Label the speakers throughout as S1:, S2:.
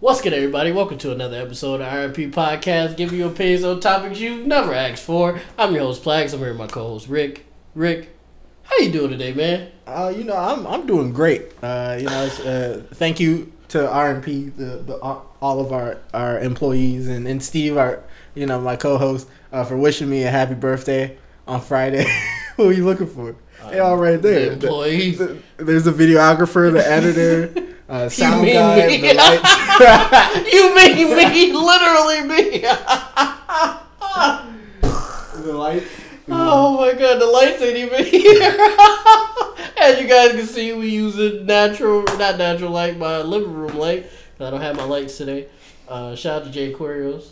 S1: What's good, everybody? Welcome to another episode of RMP Podcast, giving you opinions on topics you've never asked for. I'm your host, Plax. I'm here with my co-host, Rick. Rick, how you doing today, man?
S2: Uh, you know, I'm I'm doing great. Uh, you know, it's, uh, thank you to RMP, the, the all of our, our employees, and, and Steve, our you know my co-host, uh, for wishing me a happy birthday on Friday. Who are you looking for? they all right there.
S1: Uh, The employees.
S2: The- the- there's a videographer, the editor, uh, sound
S1: mean
S2: guy,
S1: me?
S2: the lights.
S1: You mean me, literally me.
S2: the lights.
S1: oh my god, the lights ain't even here. As you guys can see, we using natural, not natural light, my living room light. I don't have my lights today. Uh, shout out to Jay Aquarios.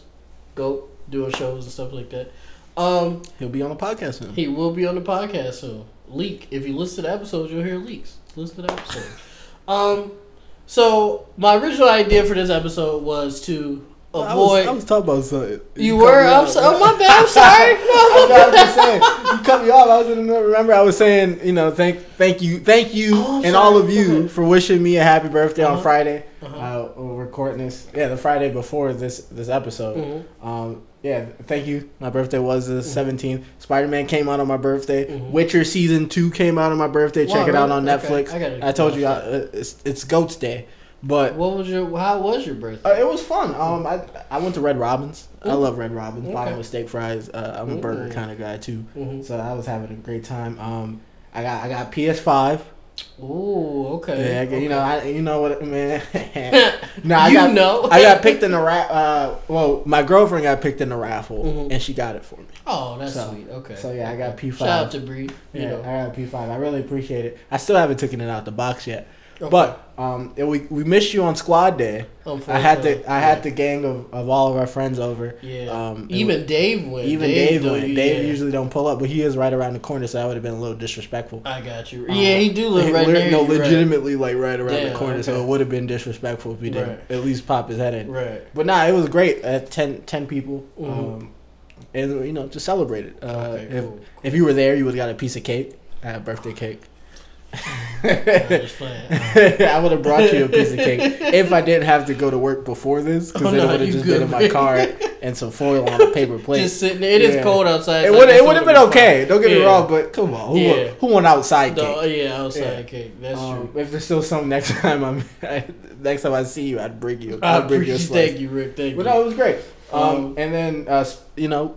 S1: Go doing shows and stuff like that. Um,
S2: He'll be on the podcast soon.
S1: He will be on the podcast soon. Leak. If you listen to the episodes, you'll hear leaks. Listen to the episode. um, so my original idea for this episode was to
S2: I was,
S1: avoid.
S2: I was talking about something.
S1: oh, you
S2: cut
S1: were.
S2: me
S1: I'm
S2: off.
S1: so, oh my bad. I'm sorry. No,
S2: I know what I'm saying. You cut me off. I was in the remember I was saying, you know, thank thank you, thank you
S1: Oh, I'm
S2: and
S1: sorry.
S2: all of you
S1: Okay.
S2: for wishing me a happy birthday
S1: Uh-huh.
S2: on Friday. uh
S1: Uh-huh.
S2: we're recording this. Yeah, the Friday before this this episode.
S1: Mhm.
S2: Um yeah, thank you. My birthday was
S1: Mm-hmm.
S2: the 17th. Spider-Man came out on my birthday.
S1: Mhm.
S2: Witcher season 2 came out on my birthday. Check
S1: Wow,
S2: it out on
S1: really? Okay,
S2: Netflix.
S1: I gotta
S2: I, told
S1: watch
S2: you I,
S1: that.
S2: uh, it's it's Goat's Day. But
S1: What was your? How was your birthday?
S2: uh, it was fun. Um, I I went to Red Robin's. I
S1: Mm.
S2: love Red Robin's.
S1: Okay.
S2: Bottomless steak fries. Uh, I'm a burger
S1: Mm.
S2: kind of guy too.
S1: Mhm.
S2: So I was having a great time. Um, I got I got PS Five.
S1: Ooh, okay.
S2: Yeah, I
S1: okay.
S2: got- you know I you know what man. no, I
S1: You
S2: got
S1: know.
S2: I got picked in the ra- uh Well, my girlfriend got picked in the raffle,
S1: Mhm.
S2: and she got it for me.
S1: Oh, that's
S2: So-
S1: sweet. Okay.
S2: so yeah, I got P5.
S1: Shout out to Bree. You
S2: Yeah,
S1: know.
S2: I got P Five. I really appreciate it. I still haven't taken it out the box yet,
S1: Okay.
S2: but um, and we we missed you on squad day. I had the I had the gang of, of all of our friends over.
S1: Yeah.
S2: Um, and
S1: even Dave went.
S2: Even Dave,
S1: though
S2: went.
S1: you-
S2: Dave
S1: yeah.
S2: usually don't pull up, but he is right around the corner, so that would have been a little disrespectful.
S1: I got you.
S2: Um,
S1: Yeah, he do look
S2: Hey,
S1: right
S2: le-
S1: there.
S2: No,
S1: you're right.
S2: legitimately, like right around
S1: Yeah,
S2: the corner, so
S1: okay.
S2: it would have been disrespectful if we didn't
S1: Right.
S2: at least pop his head in.
S1: Right.
S2: But nah, it was great. Uh, 10, 10 people,
S1: Mhm.
S2: um, and you know, just celebrate it. Uh,
S1: Okay,
S2: if
S1: cool,
S2: if you were there, you would have got a piece of cake, uh, birthday cake.
S1: I was playing.
S2: I would have brought you a piece of cake if I didn't have to go to work before this, because
S1: Oh,
S2: then
S1: no,
S2: it would
S1: you
S2: have just been
S1: good,
S2: in my
S1: man.
S2: car and some foil on a paper plate.
S1: Just sitting there. It is
S2: Yeah.
S1: cold outside.
S2: It
S1: so I
S2: would
S1: guess
S2: it would have been
S1: would've
S2: okay. Don't get me
S1: Yeah.
S2: wrong, but come on, who
S1: Yeah.
S2: who went outside
S1: fine. No,
S2: cake?
S1: yeah, outside
S2: Yeah.
S1: cake. That's
S2: Um,
S1: true.
S2: if there's still some next time I'm next time I see you, I'd bring you.
S1: I
S2: I'd bring you a
S1: appreciate. Thank
S2: slice.
S1: you, Rick. Thank
S2: But
S1: you.
S2: no, it was great.
S1: Um,
S2: Um, and then uh, s- you know,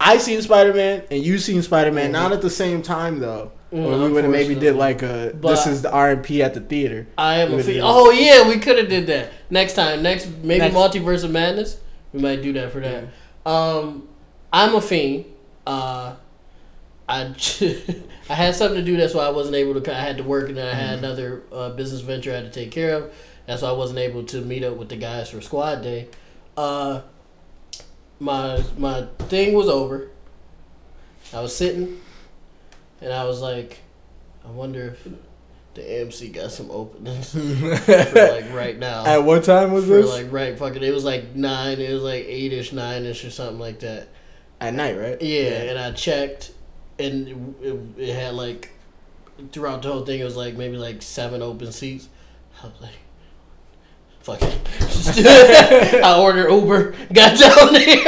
S2: I seen Spider Man and you seen Spider Man.
S1: Mhm.
S2: Not at the same time though.
S1: Mm,
S2: or we would have maybe did
S1: unfortunately.
S2: like a
S1: But-
S2: this is the RMP at the theater.
S1: I am
S2: we
S1: a
S2: would've
S1: fe-
S2: done-
S1: Oh yeah, we could have did that next time. Next maybe
S2: Next-
S1: multiverse of madness. We might do that for that. Um, I'm a fiend. Uh, I I had something to do. That's why I wasn't able to. co- I had to work, and then I had another uh, business venture I had to take care of. That's why I wasn't able to meet up with the guys for squad day. Uh, my my thing was over. I was sitting, and I was like, I wonder if the AMC got some openings for like right now
S2: At what time was
S1: Uh, for
S2: this?
S1: like right fucking it was like nine it was like eight ish nine ish or something like that
S2: at night, right?
S1: yeah, and i checked and it, it had like throughout the whole thing it was like maybe like seven open seats i was like fuck it i ordered uber got down there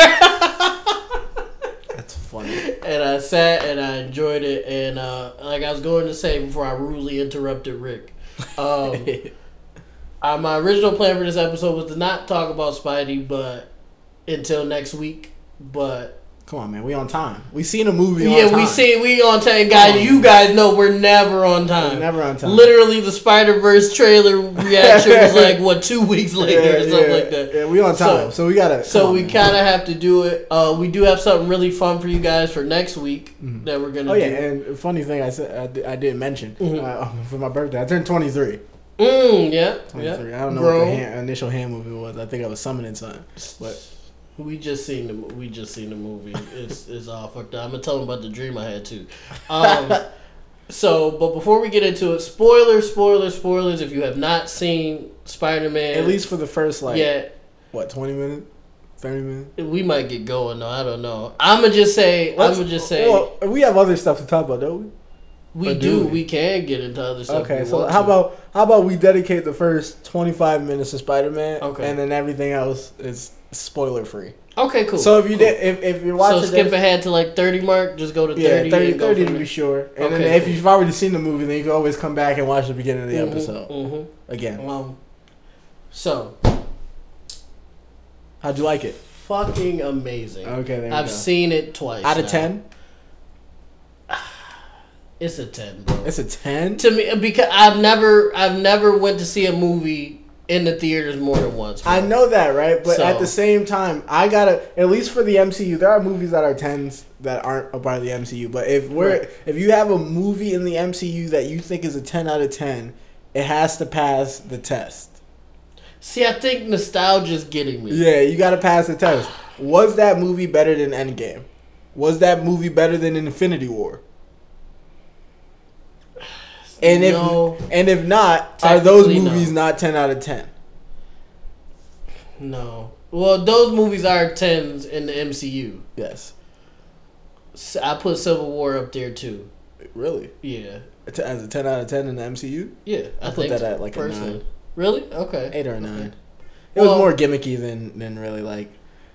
S2: That's funny.
S1: and i sat and i enjoyed it and uh like i was going to say before i rudely interrupted rick um Uh, my original plan for this episode was to not talk about Spidey, but until next week. But
S2: Come on, man. We on time. We seen a movie. on
S1: yeah,
S2: time.
S1: we see we on time, guys.
S2: on,
S1: you guys know we're never on time.
S2: We're never on time.
S1: Literally, the Spider Verse trailer reaction was like what two weeks later or something
S2: yeah,
S1: like that.
S2: Yeah, we on
S1: So-
S2: time, so, we gotta.
S1: So
S2: come on,
S1: we
S2: man.
S1: kind of have to do it. Uh, we do have something really fun for you guys for next week that we're gonna.
S2: Oh yeah,
S1: do.
S2: and funny thing I said I, di- I didn't mention
S1: Mhm.
S2: uh, for my birthday I turned 23.
S1: Mm, yeah,
S2: 23.
S1: yeah.
S2: I don't know
S1: Grown.
S2: what the hand, initial hand movement was. I think I was summoning something. But
S1: We just seen the we just seen the movie. It's it's all fucked up. I'm gonna tell them about the dream I had too. Um, so, but before we get into it, spoilers, spoilers, spoilers. If you have not seen Spider Man,
S2: at least for the first like
S1: yeah,
S2: what 20 minutes, 30 minutes.
S1: we might get going though. I don't know. I'm gonna just say, I'm gonna just say,
S2: Well, we have other stuff to talk about, don't we?
S1: We
S2: Or
S1: do.
S2: do we?
S1: We can get into other stuff.
S2: Okay,
S1: if we
S2: so
S1: want
S2: how
S1: to.
S2: about how about we dedicate the first twenty five minutes to Spider Man,
S1: Okay.
S2: and then everything else is spoiler free.
S1: Okay, cool.
S2: So if you
S1: cool.
S2: did, if, if you're
S1: so
S2: watching,
S1: skip
S2: this-
S1: ahead to like thirty mark. Just go to
S2: yeah,
S1: thirty.
S2: 30,
S1: and go
S2: 30
S1: from
S2: to be
S1: there.
S2: sure, and then
S1: Okay,
S2: if
S1: cool.
S2: you've already seen the movie, then you can always come back and watch the beginning of the
S1: Mhm,
S2: episode again.
S1: mhm. Um, so
S2: How'd you like it?
S1: fucking amazing.
S2: Okay, there you
S1: I've
S2: go.
S1: seen it twice.
S2: Out of
S1: now.
S2: ten,
S1: it's a ten. Bro.
S2: it's a ten.
S1: to me because I've never I've never went to see a movie in the theaters more than once. bro.
S2: I know that, right? But at
S1: So-
S2: the same time, I gotta at least for the MCU, there are movies that are tens that aren't a part of the MCU. But if we're
S1: Right.
S2: if you have a movie in the MCU that you think is a ten out of ten, it has to pass the test.
S1: See, I think nostalgia's getting me.
S2: Yeah, you gotta pass the test. Was that movie better than Endgame? Was that movie better than Infinity War? And if
S1: No.
S2: and if not, are those
S1: Technically, no.
S2: movies not ten out of ten?
S1: No. Well, those movies are tens in the MCU.
S2: Yes,
S1: S- I put Civil War up there too.
S2: really.
S1: Yeah.
S2: It's a- As a ten out of ten in the MCU,
S1: Yeah. I,
S2: I put
S1: think
S2: that
S1: so,
S2: at, like, a nine.
S1: Really? Okay.
S2: eight or a nine. It
S1: Well-
S2: was more gimmicky than than really like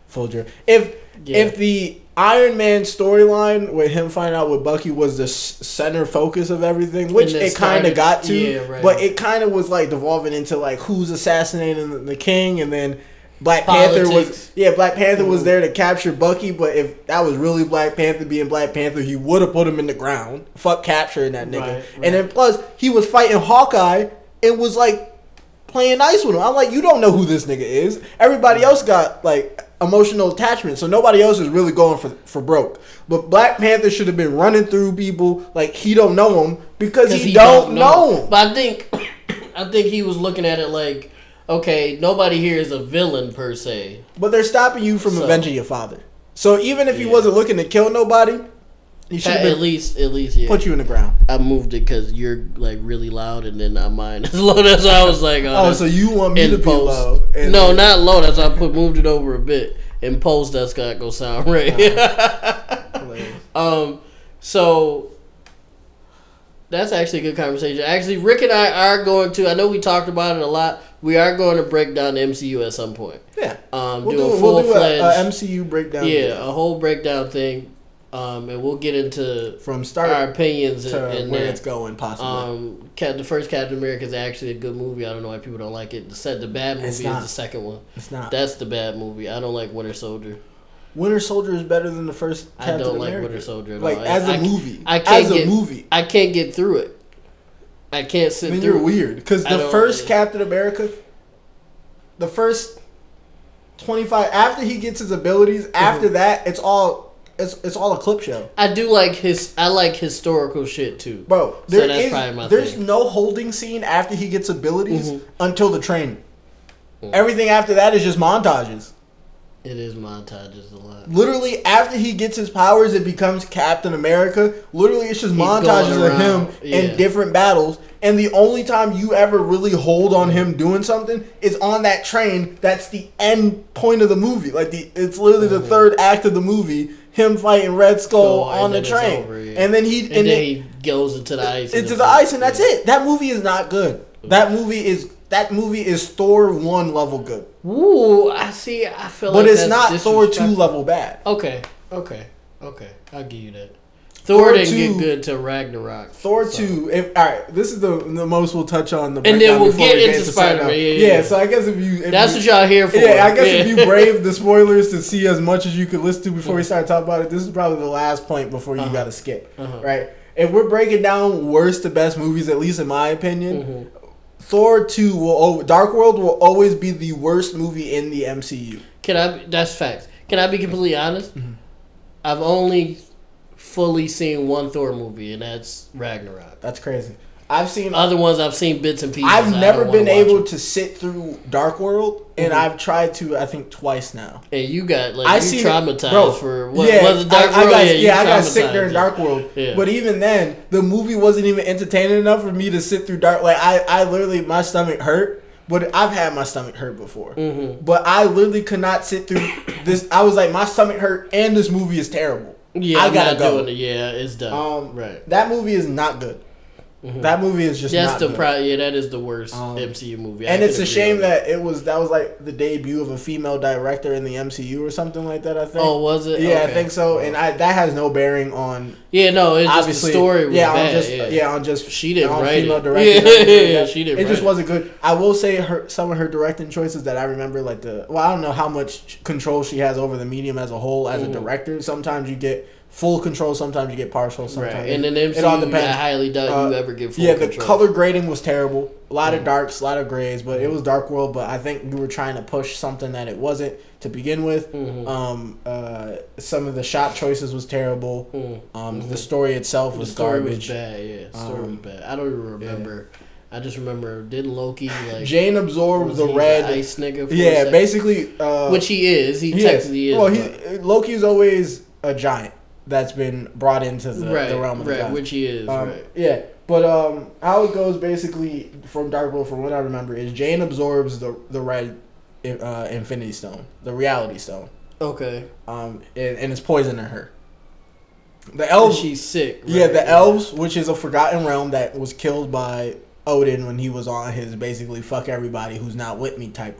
S2: full dra- If
S1: Yeah.
S2: if the Iron Man storyline with him finding out with Bucky was the s- center focus of everything, which
S1: And it
S2: it kind
S1: started-
S2: of got to,
S1: yeah, right.
S2: but it kind of was like devolving into like who's assassinating the, the king, and then Black Panther
S1: Politics.
S2: was yeah, Black Panther was
S1: Mhm.
S2: there to capture Bucky, but if that was really Black Panther being Black Panther, he would have put him in the ground. Fuck capturing that nigga,
S1: Right, right.
S2: and then plus he was fighting Hawkeye and was like playing nice with him. I'm like, you don't know who this nigga is. Everybody else got like emotional attachment, so nobody else is really going for for broke. But Black Panther should have been running through people like he don't know him because
S1: 'Cause
S2: he, don't, know. him.
S1: But I think I think he was looking at it like, okay, nobody here is a villain per se.
S2: But they're stopping you from
S1: So-
S2: avenging your father. So even if he
S1: Yeah.
S2: wasn't looking to kill nobody, he should
S1: At,
S2: have
S1: at
S2: been
S1: least, at least, yeah.
S2: put you in the ground.
S1: I moved it because you're like really loud, and then uh, mine is low. That's why I was like,
S2: Oh,
S1: oh,
S2: so you want me
S1: in
S2: to be
S1: post.
S2: low? and-
S1: no, not low. That's why I put moved it over a bit. In post, that's got go sound right.
S2: Hilarious.
S1: um, so that's actually a good conversation. Actually, Rick and I are going to. I know we talked about it a lot. We are going to break down the MCU at some point.
S2: Yeah,
S1: Um,
S2: we'll
S1: do a
S2: do,
S1: full
S2: we'll do
S1: fledged,
S2: a, a MCU breakdown.
S1: yeah, a whole breakdown thing, um, and we'll get into
S2: from start
S1: our opinions
S2: Uh, to
S1: and, and
S2: where
S1: that.
S2: it's going, possibly.
S1: Um, Cap- the first Captain America is actually a good movie. I don't know why people don't like it. The set, the bad movie
S2: It's
S1: is
S2: not.
S1: the second one.
S2: it's not.
S1: That's the bad movie. I don't like Winter Soldier.
S2: Winter Soldier is better than the first. Captain
S1: I don't like
S2: America.
S1: Winter Soldier. At
S2: Like
S1: all.
S2: as
S1: a
S2: a movie,
S1: I can't
S2: as a
S1: get-
S2: movie.
S1: I can't get through it. I can't sit
S2: Then
S1: through.
S2: you're weird because
S1: I
S2: the
S1: don't-
S2: first
S1: yeah.
S2: Captain America, the first twenty five after he gets his abilities,
S1: Mm-hmm.
S2: after that it's all it's it's all a clip show,
S1: I do like his. I like historical shit too.
S2: bro.
S1: So
S2: There is
S1: that's probably my
S2: there's
S1: thing.
S2: no holding scene after he gets abilities
S1: Mhm.
S2: until the train.
S1: Mhm.
S2: Everything after that is just montages.
S1: It is montages a lot.
S2: Literally, after he gets his powers, it becomes Captain America. Literally, it's just montages
S1: going
S2: of him
S1: around, yeah.
S2: in different battles. And the only time you ever really hold on him doing something is on that train. That's the end point of the movie. Like the, it's literally the third act of the movie. Him fighting Red Skull
S1: Mm-hmm. Skull, and
S2: on the
S1: then it's
S2: train,
S1: over, yeah.
S2: and then he
S1: And,
S2: and,
S1: then
S2: then
S1: he goes into the ice.
S2: into the ice, and that's it. That movie is not good. That movie is that movie is Thor one level good,
S1: Ooh, I see. I feel.
S2: but
S1: like
S2: it's
S1: that's
S2: not Thor two
S1: disrespectful.
S2: level bad.
S1: Okay, okay, okay. I'll give you that. Thor,
S2: Thor
S1: didn't
S2: 2
S1: get good till Ragnarok.
S2: Thor
S1: so.
S2: two. If all right, this is the the most we'll touch on the.
S1: then
S2: breakdown
S1: we'll
S2: before
S1: get
S2: we
S1: into
S2: to
S1: Spider-Man,
S2: Spider-Man.
S1: yeah, yeah, yeah.
S2: So I guess if you if
S1: That's
S2: you,
S1: what y'all here for.
S2: yeah, I guess if you brave the spoilers to see as much as you could listen to before we start talking about it, this is probably the last point before you
S1: Uh-huh.
S2: got to skip,
S1: Uh-huh.
S2: right? If we're breaking down worst to best movies, at least in my opinion, Thor two will al- Dark World will always be the worst movie in the MCU.
S1: Can I? be- That's facts. Can I be completely honest?
S2: Mm-hmm.
S1: I've only fully seen one Thor movie, and that's Ragnarok.
S2: That's crazy. I've seen
S1: Other ones I've seen bits and pieces.
S2: I've
S1: Uh, I
S2: never
S1: don't wanna
S2: been
S1: watch
S2: able
S1: them.
S2: to sit through Dark World, and
S1: Mhm.
S2: I've tried to I think twice now.
S1: And you got like
S2: I
S1: you
S2: seen it-
S1: traumatized
S2: bro,
S1: for what
S2: yeah,
S1: was it Dark
S2: I, I
S1: World?
S2: got, yeah,
S1: you
S2: I got sick
S1: traumatized,
S2: during
S1: yeah.
S2: Dark World.
S1: Yeah.
S2: But even then, the movie wasn't even entertaining enough for me to sit through Dark. Like I, I literally my stomach hurt. But I've had my stomach hurt before.
S1: Mm-hmm.
S2: But I literally could not sit through this. I was like, my stomach hurt, and this movie is terrible.
S1: Yeah,
S2: I
S1: I'm
S2: gotta
S1: not
S2: go.
S1: Doing it. Yeah, it's done.
S2: Um,
S1: right.
S2: That movie is not good. That movie is just
S1: That's
S2: not
S1: the
S2: good.
S1: pro- Yeah, that is the worst
S2: Um,
S1: MCU movie. I
S2: and
S1: can
S2: it's a
S1: agree
S2: shame
S1: on that.
S2: that it was that was like the debut of a female director in the MCU or something like that. I think.
S1: Oh, was it?
S2: yeah, I
S1: Okay.
S2: think so. And I that has no bearing on
S1: Yeah, no, it's just the
S2: obviously
S1: story was
S2: yeah,
S1: bad.
S2: on just uh,
S1: yeah.
S2: yeah. on just
S1: She didn't
S2: on
S1: write
S2: female
S1: it.
S2: directing.
S1: Yeah,
S2: and everything like that.
S1: she didn't
S2: It
S1: write
S2: just
S1: it.
S2: wasn't good. I will say her some of her directing choices that I remember, like the well, I don't know how much control she has over the medium as a whole
S1: Mm.
S2: as a director. Sometimes you get full control, sometimes you get partial. Sometimes
S1: Right. And in
S2: it
S1: MCU,
S2: all
S1: I
S2: depends.
S1: highly doubt you
S2: Uh,
S1: ever get full
S2: Yeah, the
S1: control. Mm.
S2: color grading was terrible. A lot of darks, a lot of grays, but it was Dark World. But I think we were trying to push something that it wasn't to begin with.
S1: Mm-hmm.
S2: Um, uh, some of the shot choices was terrible. Um, The story itself
S1: Hmm. Mm. The
S2: was
S1: story was
S2: garbage.
S1: bad. Yeah, the story
S2: Um,
S1: was bad. I don't even remember. I just remember didn't Loki like
S2: Jane
S1: was
S2: absorbed the
S1: he
S2: red.
S1: ice nigga? For a
S2: yeah,
S1: second?
S2: basically. Uh,
S1: which he is. He
S2: he is.
S1: technically is.
S2: Well,
S1: but-
S2: he, Loki's always a giant that's been brought into the,
S1: right,
S2: the realm of the
S1: right,
S2: gods.
S1: which he is.
S2: Um,
S1: right.
S2: Yeah, but um, how it goes basically from Dark World, from what I remember, is Jane absorbs the the red uh, Infinity Stone, the Reality Stone,
S1: Okay.
S2: um, and, and it's poisoning her. The elves,
S1: she's sick. Right?
S2: oh, yeah, the elves, which is a forgotten realm that was killed by Odin when he was on his basically fuck everybody who's not with me type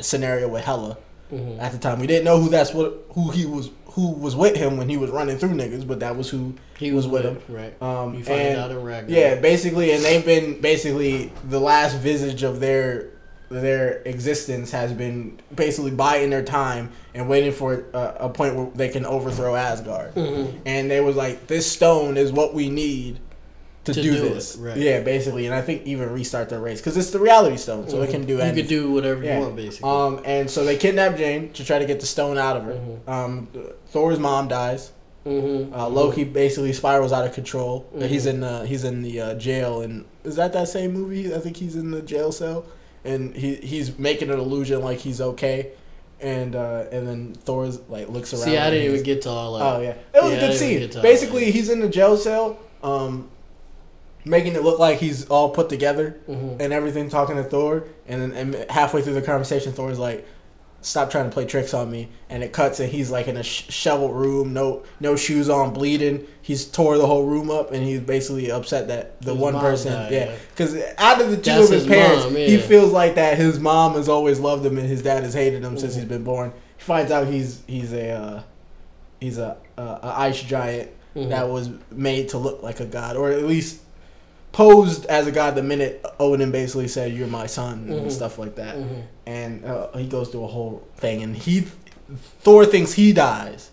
S2: scenario with Hela.
S1: Mhm.
S2: At the time, we didn't know who that's what who he was who was with him when he was running through niggas, but that was who
S1: He was with him. Right.
S2: Um,
S1: you find
S2: and-
S1: out in Ragnarok.
S2: yeah, basically, and they've been basically the last visage of their their existence has been basically buying their time and waiting for uh, a, a point where they can overthrow Asgard.
S1: Mhm.
S2: And they was like, "This stone is what we need to,
S1: To
S2: do,
S1: do it,
S2: this."
S1: right.
S2: Yeah, basically, and I think even restart the race because it's the Reality Stone, so it can
S1: Mm-hmm. You
S2: do anything.
S1: could do whatever
S2: Yeah.
S1: you want, basically.
S2: Um, and so they kidnap Jane to try to get the stone out of her. Um, Thor's mom dies.
S1: mm-hmm.
S2: Uh, Loki basically spirals out of control. Uh, He's in the he's in the uh, jail, and is that that same movie? I think he's in the jail cell, and he he's making an illusion like he's okay, and uh, and then Thor's like looks around.
S1: See, I
S2: and
S1: didn't
S2: he's-
S1: even get to all that.
S2: Oh yeah, it was
S1: Yeah, I
S2: a good
S1: didn't even
S2: scene.
S1: get to all
S2: Basically,
S1: that.
S2: he's in the jail cell, um, making it look like he's all put together
S1: Mhm.
S2: and everything, talking to Thor, and then and halfway through the conversation, Thor's like. Stop trying to play tricks on me, and it cuts, and he's like in a sh- shoveled room, no no shoes on, bleeding. He's tore the whole room up, and he's basically upset that the
S1: His
S2: one
S1: mom
S2: person,
S1: died,
S2: yeah,
S1: yeah.
S2: because out of the two
S1: That's
S2: of his,
S1: his
S2: parents,
S1: mom,
S2: he
S1: yeah.
S2: feels like that his mom has always loved him, and his dad has hated him
S1: Mm-hmm.
S2: since he's been born. He finds out he's he's a uh, he's a, a, a ice giant
S1: Mhm.
S2: that was made to look like a god, or at least posed as a god. The minute Odin basically said, "You're my son"
S1: Mm-hmm.
S2: and stuff like that,
S1: Mhm.
S2: and uh, he goes through a whole thing, and he Thor thinks he dies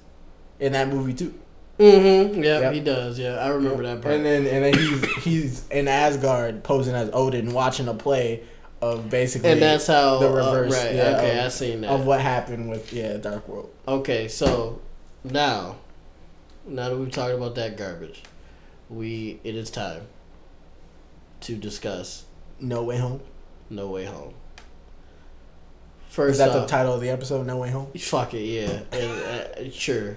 S2: in that movie too.
S1: Mm-hmm. Yeah,
S2: Yep.
S1: he does. Yeah, I remember that part.
S2: And then and then he's he's in Asgard posing as Odin, watching a play of basically
S1: and that's how
S2: the
S1: uh,
S2: reverse,
S1: right?
S2: yeah,
S1: okay,
S2: of-
S1: I seen that.
S2: of what happened with yeah Dark World.
S1: Okay, so now, now that we've talked about that garbage, we it is time to discuss
S2: No Way Home.
S1: No Way Home.
S2: Is
S1: First
S2: that the
S1: off,
S2: title of the episode? No Way Home.
S1: fuck it, yeah, and, uh, sure.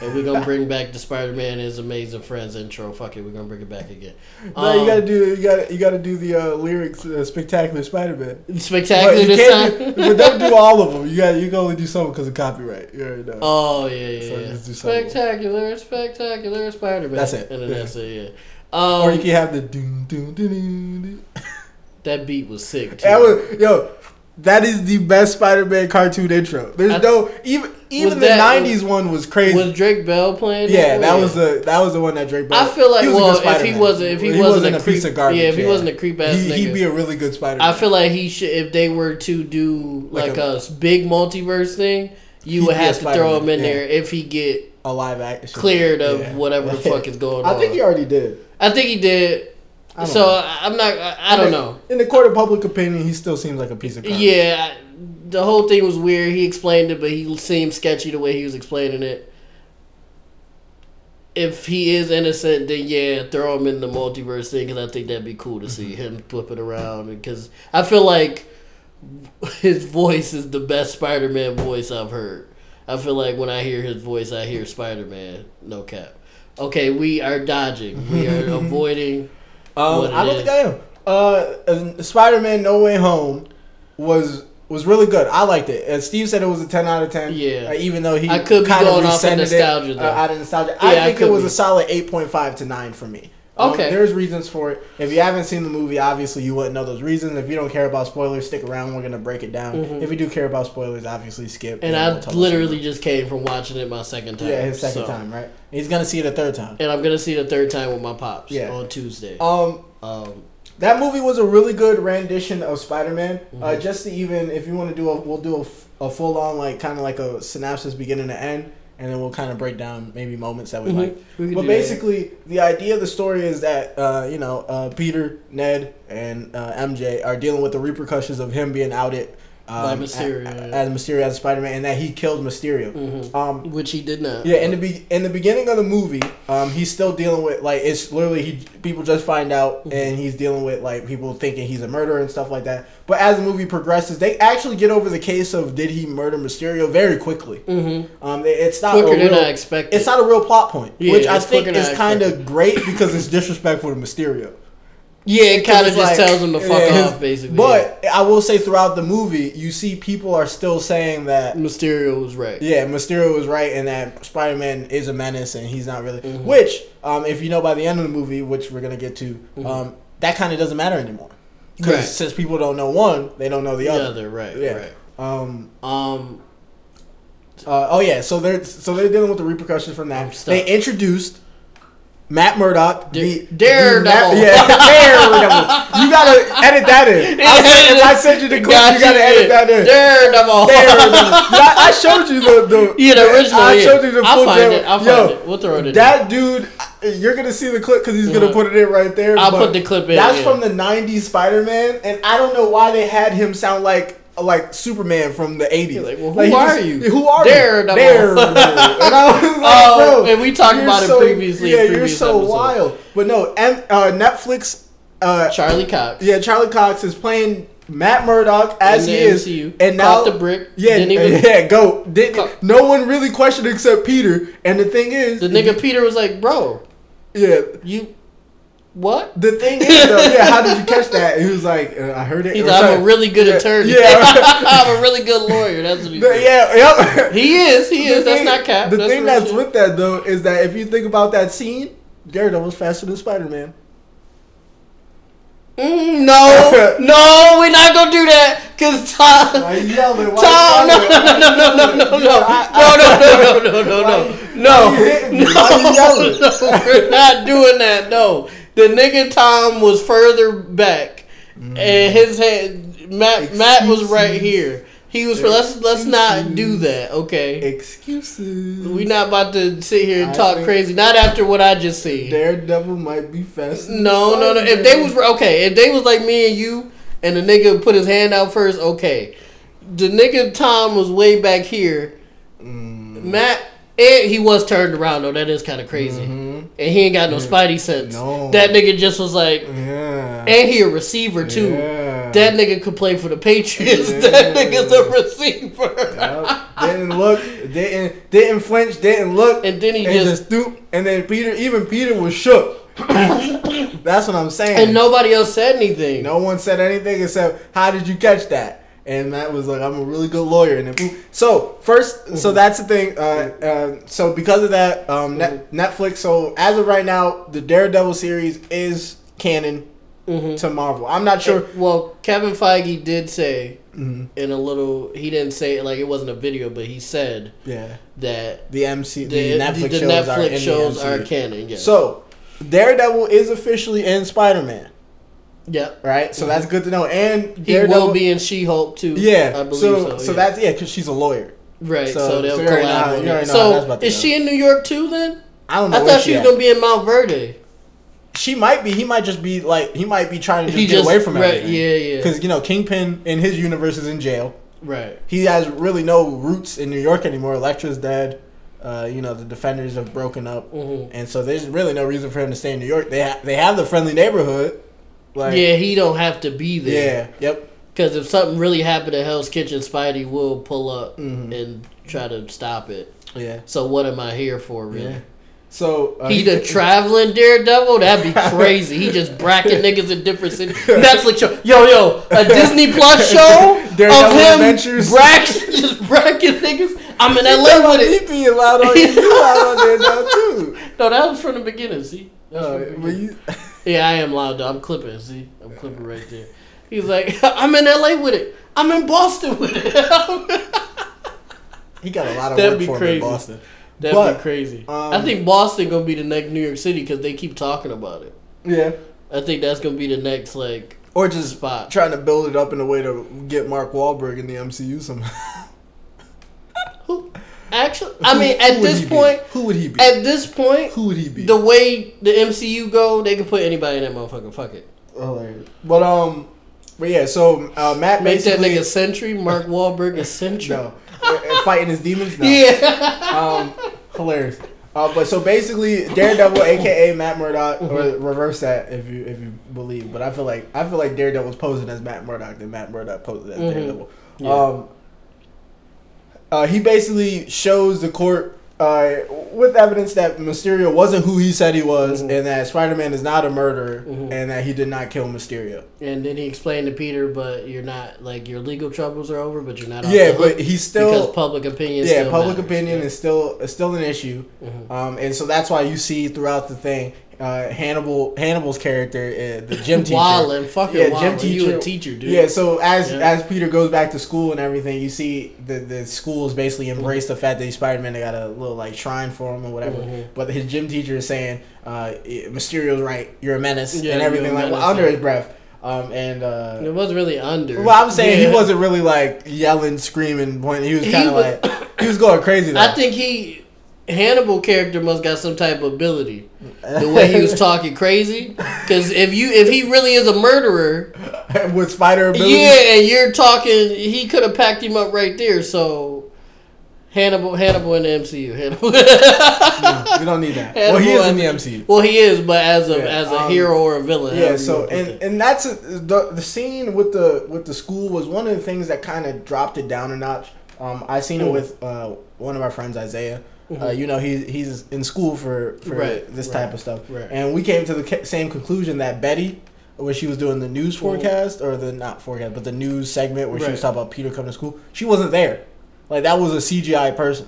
S1: And we're gonna bring back the Spider Man and His Amazing Friends intro. Fuck it, we're gonna bring it back again.
S2: No, you
S1: Um,
S2: gotta do you gotta you gotta do the uh, lyrics uh, spectacular Spider Man. But
S1: spectacular
S2: you
S1: this
S2: can't
S1: time.
S2: do, but don't do all of them. You got you can only do some because of copyright. You already know.
S1: Oh yeah, yeah,
S2: So
S1: yeah.
S2: just do something.
S1: spectacular, spectacular Spider Man.
S2: That's it,
S1: And then
S2: yeah.
S1: that's it. Yeah. Um,
S2: or you can have the doom doom doom. doom, doom.
S1: that beat was sick. Too.
S2: That was yo. That is the best Spider Man cartoon intro. There's
S1: I-
S2: no even even the
S1: that-
S2: '90s one was crazy.
S1: Was Drake Bell playing?
S2: yeah,
S1: one?
S2: that was the that was the one that Drake.
S1: I
S2: brought.
S1: feel like
S2: He was a
S1: well,
S2: good
S1: if he
S2: Spider-Man.
S1: wasn't, if he,
S2: He
S1: wasn't,
S2: wasn't
S1: a
S2: a
S1: creep,
S2: piece of garbage,
S1: yeah, if he
S2: yeah.
S1: wasn't a creep ass
S2: he,
S1: nigga,
S2: he'd be a really good Spider.
S1: I
S2: Man.
S1: feel like he should. If they were to do like,
S2: Like
S1: a,
S2: a-
S1: big multiverse thing, you
S2: He'd
S1: would
S2: be a
S1: have to throw
S2: Spider-Man,
S1: him in
S2: yeah.
S1: there if he get
S2: a live action
S1: cleared of
S2: Yeah.
S1: whatever the fuck is going on.
S2: I think he already did.
S1: I think he did.
S2: I don't
S1: so
S2: know.
S1: I- I'm not. I, I don't
S2: In the-
S1: know.
S2: In the court of public opinion, he still seems like a piece of garbage.
S1: Yeah, I- the whole thing was weird. He explained it, but he seemed sketchy the way he was explaining it. If he is innocent, then yeah, throw him in the multiverse thing because I think that'd be cool to see
S2: Mm-hmm.
S1: him flipping around. Because I feel like his voice is the best Spider Man voice I've heard. I feel like when I hear his voice, I hear Spider Man. No cap. Okay, we are dodging. We are avoiding.
S2: Um,
S1: what
S2: I
S1: it
S2: don't
S1: is.
S2: think I am. Uh, Spider Man No Way Home was was really good. I liked it. And Steve said it was a ten out of ten.
S1: Yeah.
S2: uh, even though he
S1: I could be
S2: kind
S1: going
S2: of
S1: off of
S2: resented
S1: nostalgia,
S2: it,
S1: though.
S2: uh, out of nostalgia. I
S1: Yeah, I
S2: think it
S1: could
S2: was
S1: be.
S2: a solid eight point five to nine for me. Um,
S1: Okay.
S2: there's reasons for it. If you haven't seen the movie, obviously you wouldn't know those reasons. If you don't care about spoilers, stick around. We're gonna break it down.
S1: Mhm.
S2: If you do care about spoilers, obviously skip.
S1: And
S2: then
S1: I
S2: we'll tell us
S1: literally just came from watching it my second time.
S2: about it. yeah, his second
S1: so-
S2: time, right? He's gonna see it a third time.
S1: And I'm gonna see it a third time with my pops
S2: Yeah.
S1: on Tuesday.
S2: Um,
S1: Um,
S2: That movie was a really good rendition of Spider Man. Uh,
S1: Mm-hmm.
S2: just to even, if you want to do a, we'll do a, full on like kind of like a synopsis beginning to end, and then we'll kind of break down maybe moments that we like.
S1: Mm-hmm. We could
S2: But
S1: do that.
S2: basically, the idea of the story is that uh, you know uh, Peter, Ned, and uh, MJ are dealing with the repercussions of him being outed um,
S1: By Mysterio,
S2: a- a-
S1: yeah.
S2: as Mysterio as Spider Man, and that he killed Mysterio.
S1: Mm-hmm.
S2: Um,
S1: which he did not.
S2: yeah, in the be- in the beginning of the movie, um, he's still dealing with like it's literally he people just find out
S1: Mm-hmm.
S2: and he's dealing with like people thinking he's a murderer and stuff like that. But as the movie progresses, they actually get over the case of did he murder Mysterio very quickly. Mm-hmm. Um, it- it's not
S1: quicker
S2: a real,
S1: than I expected.
S2: It's not a real plot point,
S1: Yeah,
S2: which I
S1: it's
S2: think
S1: quicker than I
S2: is kind of
S1: expected.
S2: great because it's disrespectful to Mysterio.
S1: yeah, it kind of
S2: It's
S1: just
S2: like-
S1: tells him to fuck
S2: yeah.
S1: off, basically.
S2: But I will say throughout the movie, you see people are still saying that
S1: yeah. Mysterio was right.
S2: yeah, Mysterio was right in that Spider Man is a menace and he's not really.
S1: Mm-hmm.
S2: Which, um, if you know by the end of the movie, which we're gonna get to, um, that kind of doesn't matter anymore. 'Cause
S1: Mm-hmm. Right.
S2: since people don't know one, they don't know the
S1: The
S2: other.
S1: other, right,
S2: Yeah.
S1: right.
S2: Um.
S1: Um,
S2: uh, oh yeah. So they're so they're dealing with the repercussions from that.
S1: stuck.
S2: They introduced. Matt Murdock,
S1: Da- Daredevil.
S2: yeah, Daredevil. You gotta edit that in. I sent, if I sent you the clip. You gotta edit that in.
S1: Daredevil.
S2: Daredevil. I, I showed you the, the
S1: Oh. Yeah, the original.
S2: I
S1: yeah.
S2: showed you the
S1: I'll
S2: full
S1: find
S2: Daredevil.
S1: it. I'll
S2: Yo,
S1: find it. We'll throw it in.
S2: That dude, you're gonna see the clip because he's gonna
S1: Mhm.
S2: put it in right there.
S1: I'll
S2: but
S1: put the clip in,
S2: That's
S1: yeah.
S2: from the '90s Spider-Man, and I don't know why they had him sound like like Superman from the '80s.
S1: like, well, who
S2: he
S1: are you?
S2: Who are
S1: Daredevil.
S2: you? Daredevil. and I was like,
S1: Oh,
S2: bro,
S1: and we talked
S2: you're
S1: about it
S2: so-
S1: previously in
S2: Yeah, you're
S1: previous
S2: so
S1: episodes.
S2: wild. But no, and uh, Netflix. Uh,
S1: Charlie Cox.
S2: yeah, Charlie Cox is playing Matt Murdock as
S1: In
S2: he
S1: the
S2: is,
S1: MCU.
S2: and now
S1: Caught the brick.
S2: Yeah,
S1: Didn't even-
S2: yeah, go. Didn't
S1: Caught-
S2: no one really questioned except Peter. And the thing is,
S1: The nigga Peter was like, bro,
S2: yeah.
S1: you. What?
S2: The thing is, though, yeah. How did you catch that? And he was like, uh, I heard it.
S1: He's
S2: or
S1: like, I'm
S2: something.
S1: a really good
S2: Yeah,
S1: attorney.
S2: Yeah,
S1: I'm a really good lawyer. That's what he
S2: The-
S1: said.
S2: yeah, yep.
S1: He is. He
S2: The
S1: is. That's
S2: thing-
S1: not cap.
S2: The
S1: that's
S2: thing
S1: real
S2: that's
S1: shit.
S2: with that though is that if you think about that scene, Daredevil's faster than Spider Man.
S1: Mm, no, no, we're not gonna do that because Tom.
S2: Why you yelling? Why
S1: Tom,
S2: you
S1: no, no, no, no, no, no, no, no, no, no, no, no, no, no, no,
S2: Why you hitting me? Why you
S1: no,
S2: yelling?
S1: no, we're not doing that. No, the nigga Tom was further back,
S2: Mm.
S1: and his head Matt Matt was right here. He was. Let's let's not do that, okay?
S2: Excuses.
S1: We not about to sit here and
S2: I
S1: talk
S2: think-
S1: crazy. Not after what I just seen.
S2: Daredevil might be faster. than
S1: No, no, no. If they was
S2: Spider-Man.
S1: okay, if they was like me and you, and the nigga put his hand out first, okay. The nigga Tom was way back here.
S2: Mm.
S1: Matt, and he was turned around though. That is kind of crazy, and he ain't got no Spidey sense.
S2: Mm-hmm. Mm. No.
S1: That nigga just was like,
S2: yeah,
S1: and he a receiver too.
S2: Yeah.
S1: That nigga could play for the Patriots.
S2: Yeah.
S1: That nigga's a receiver.
S2: Yup. didn't look, didn't didn't flinch, didn't look,
S1: And then he
S2: and
S1: just-
S2: just stooped, and then Peter, even Peter was shook. That's what I'm saying.
S1: And nobody else said anything.
S2: No one said anything except, "How did you catch that?" And Matt was like, "I'm a really good lawyer." And then, so 1st
S1: Mm-hmm.
S2: so that's the thing. Uh, uh, so because of that, um, Net-
S1: Mm-hmm.
S2: Netflix. So as of right now, the Daredevil series is canon
S1: Mm-hmm.
S2: to Marvel. I'm not sure. Mm-hmm.
S1: Well, Kevin Feige did say in a little. He didn't say it like it wasn't a video, but he said
S2: Yeah,
S1: that
S2: the MC, the,
S1: the, the Netflix,
S2: Netflix shows are in the
S1: shows are,
S2: MCU.
S1: canon. Yes.
S2: So Daredevil is officially in Spider Man,
S1: yep.
S2: right? So that's good to know. And
S1: He
S2: Daredevil,
S1: will be in She-Hulk too.
S2: yeah.
S1: I believe
S2: so
S1: so.
S2: so
S1: yeah.
S2: that's yeah, because she's a lawyer.
S1: right. So,
S2: so-
S1: they'll
S2: so you already know how-
S1: collab.
S2: you
S1: on it.
S2: already know how that's
S1: So
S2: about to
S1: is
S2: go.
S1: she in New York too? Then
S2: I don't know.
S1: I
S2: where
S1: thought she was
S2: at.
S1: gonna be in Mount Verde.
S2: She might be. He might just be like. He might be trying to just
S1: He
S2: get
S1: just-
S2: away from
S1: right,
S2: everything.
S1: yeah, yeah.
S2: Because you know, Kingpin in his universe is in jail.
S1: Right.
S2: He has really no roots in New York anymore. Elektra's dead. Uh, you know, the Defenders have broken up,
S1: Mm-hmm.
S2: and so there's really no reason for him to stay in New York. They ha- they have the friendly neighborhood. Like,
S1: yeah, he don't have to be there.
S2: Yeah. Yep.
S1: Because if something really happened at Hell's Kitchen, Spidey will pull up
S2: Mm-hmm.
S1: and try to stop it.
S2: Yeah.
S1: So what am I here for, really?
S2: Yeah. So uh,
S1: He the traveling daredevil? That'd be crazy. He just bracket niggas in different cities. Netflix show. Yo, yo, a Disney Plus show? of
S2: Daredevil
S1: him
S2: Adventures.
S1: brack- just bracket niggas. I'm in LA with it.
S2: He being loud on you. You loud on Daredevil too.
S1: No, that was from the beginning. See, That's
S2: Uh,
S1: from the
S2: but
S1: beginning.
S2: you,
S1: yeah, I am loud. Though. I'm clipping. See, I'm clipping right there. He's like, I'm in LA with it. I'm in Boston with it.
S2: he got a lot of
S1: That'd
S2: work
S1: be
S2: for him
S1: crazy.
S2: in Boston.
S1: That'd
S2: But,
S1: be crazy. I
S2: um,
S1: think Boston gonna be the next New York City because they keep talking about it.
S2: Yeah.
S1: I think that's gonna be the next like
S2: Or just
S1: spot.
S2: trying to build it up in a way to get Mark Wahlberg in the MCU somehow.
S1: Who? Actually, I mean,
S2: Who-
S1: at
S2: who would
S1: this
S2: he be?
S1: point,
S2: who would he be?
S1: at this point,
S2: who would he be?
S1: the way the MCU go, they can put anybody in that motherfucker. Fuck it.
S2: Hilarious. But um, but yeah. So uh, Matt
S1: Make that
S2: basically
S1: nigga Sentry. Mark Wahlberg is Sentry.
S2: no Uh, fighting his demons. No.
S1: Yeah.
S2: Um, hilarious. Uh, but so basically, Daredevil, aka Matt Murdock, or
S1: Mm-hmm.
S2: reverse that if you if you believe. But I feel like I feel like Daredevil's posing as Matt Murdock, then Matt Murdock posing as
S1: Mhm.
S2: Daredevil.
S1: Yeah.
S2: Um, uh, he basically shows the court uh, with evidence that Mysterio wasn't who he said he was,
S1: Mhm.
S2: and that Spider Man is not a murderer,
S1: Mhm.
S2: and that he did not kill Mysterio.
S1: And then he explained to Peter, but you're not like your legal troubles are over, but you're not. off the
S2: yeah,
S1: hook
S2: but he's still
S1: because public opinion.
S2: yeah,
S1: still
S2: public
S1: matters.
S2: opinion
S1: Yeah.
S2: is still is still an issue,
S1: Mhm.
S2: um, and so that's why you see throughout the thing, uh, Hannibal Hannibal's character, uh, the gym teacher.
S1: Wildin', fucking
S2: Yeah,
S1: yeah,
S2: gym
S1: You
S2: teacher.
S1: a teacher, dude?
S2: Yeah, so as
S1: Yeah.
S2: as Peter goes back to school and everything, you see the the schools basically
S1: Mm-hmm.
S2: embrace the fact that he's Spider Man. They got a little like shrine for him or whatever.
S1: Mhm.
S2: But his gym teacher is saying, uh, "Mysterio's right. You're a menace,"
S1: Yeah,
S2: and
S1: you're
S2: everything
S1: a
S2: like
S1: menace,
S2: well, under
S1: yeah.
S2: his breath. Um, and uh,
S1: It wasn't really under.
S2: well, I'm saying
S1: Yeah.
S2: he wasn't really like yelling, screaming. Pointing. He was
S1: He
S2: kind of
S1: was-
S2: like he was going crazy. Though.
S1: I think he Hannibal character must got some type of ability. The way he was talking crazy, because if you if he really is a murderer,
S2: with spider ability.
S1: yeah, and you're talking, he could have packed him up right there. So Hannibal, Hannibal in the MCU, Hannibal.
S2: No, we don't need that. well, he is in the MCU.
S1: well, he is, but as a
S2: Yeah,
S1: as a
S2: um,
S1: hero or a villain.
S2: Yeah.
S1: however you
S2: So
S1: wanna put
S2: and
S1: that.
S2: and that's a, the the scene with the with the school was one of the things that kind of dropped it down a notch. Um, I seen it
S1: Mhm.
S2: with uh, one of our friends Isaiah. Uh, you know he he's in school for, for
S1: Mm-hmm. Right,
S2: this
S1: right,
S2: type of stuff,
S1: right.
S2: and we came to the ca- same conclusion that Betty, when she was doing the news forecast or the not forecast but the news segment where she was
S1: Right.
S2: talking about Peter coming to school, she wasn't there. Like that was a CGI person,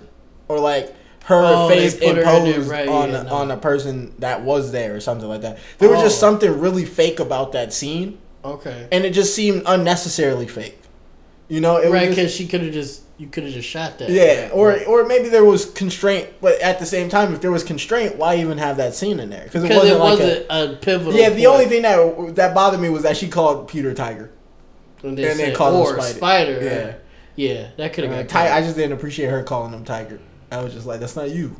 S2: or like her
S1: Oh, they
S2: face
S1: put her in there,
S2: imposed
S1: right,
S2: on
S1: yeah, no.
S2: on a person that was there or something like that. There was just
S1: Oh.
S2: something really fake about that scene,
S1: okay,
S2: and it just seemed unnecessarily fake. You know, it
S1: right?
S2: was just,
S1: Because she could have just you could have just shot that.
S2: yeah, or or maybe there was constraint, but at the same time, if there was constraint, why even have that scene in there? Because it
S1: because
S2: wasn't
S1: it
S2: like
S1: wasn't
S2: a,
S1: a, pivotal.
S2: yeah. The
S1: point.
S2: only thing that that bothered me was that she called Peter Tiger.
S1: And they
S2: And they
S1: said,
S2: called him
S1: or
S2: Spider.
S1: spider.
S2: Yeah.
S1: Yeah. that could have
S2: Uh,
S1: got
S2: Ti-
S1: cut.
S2: I just didn't appreciate her calling him Tiger. I was just like, that's not you.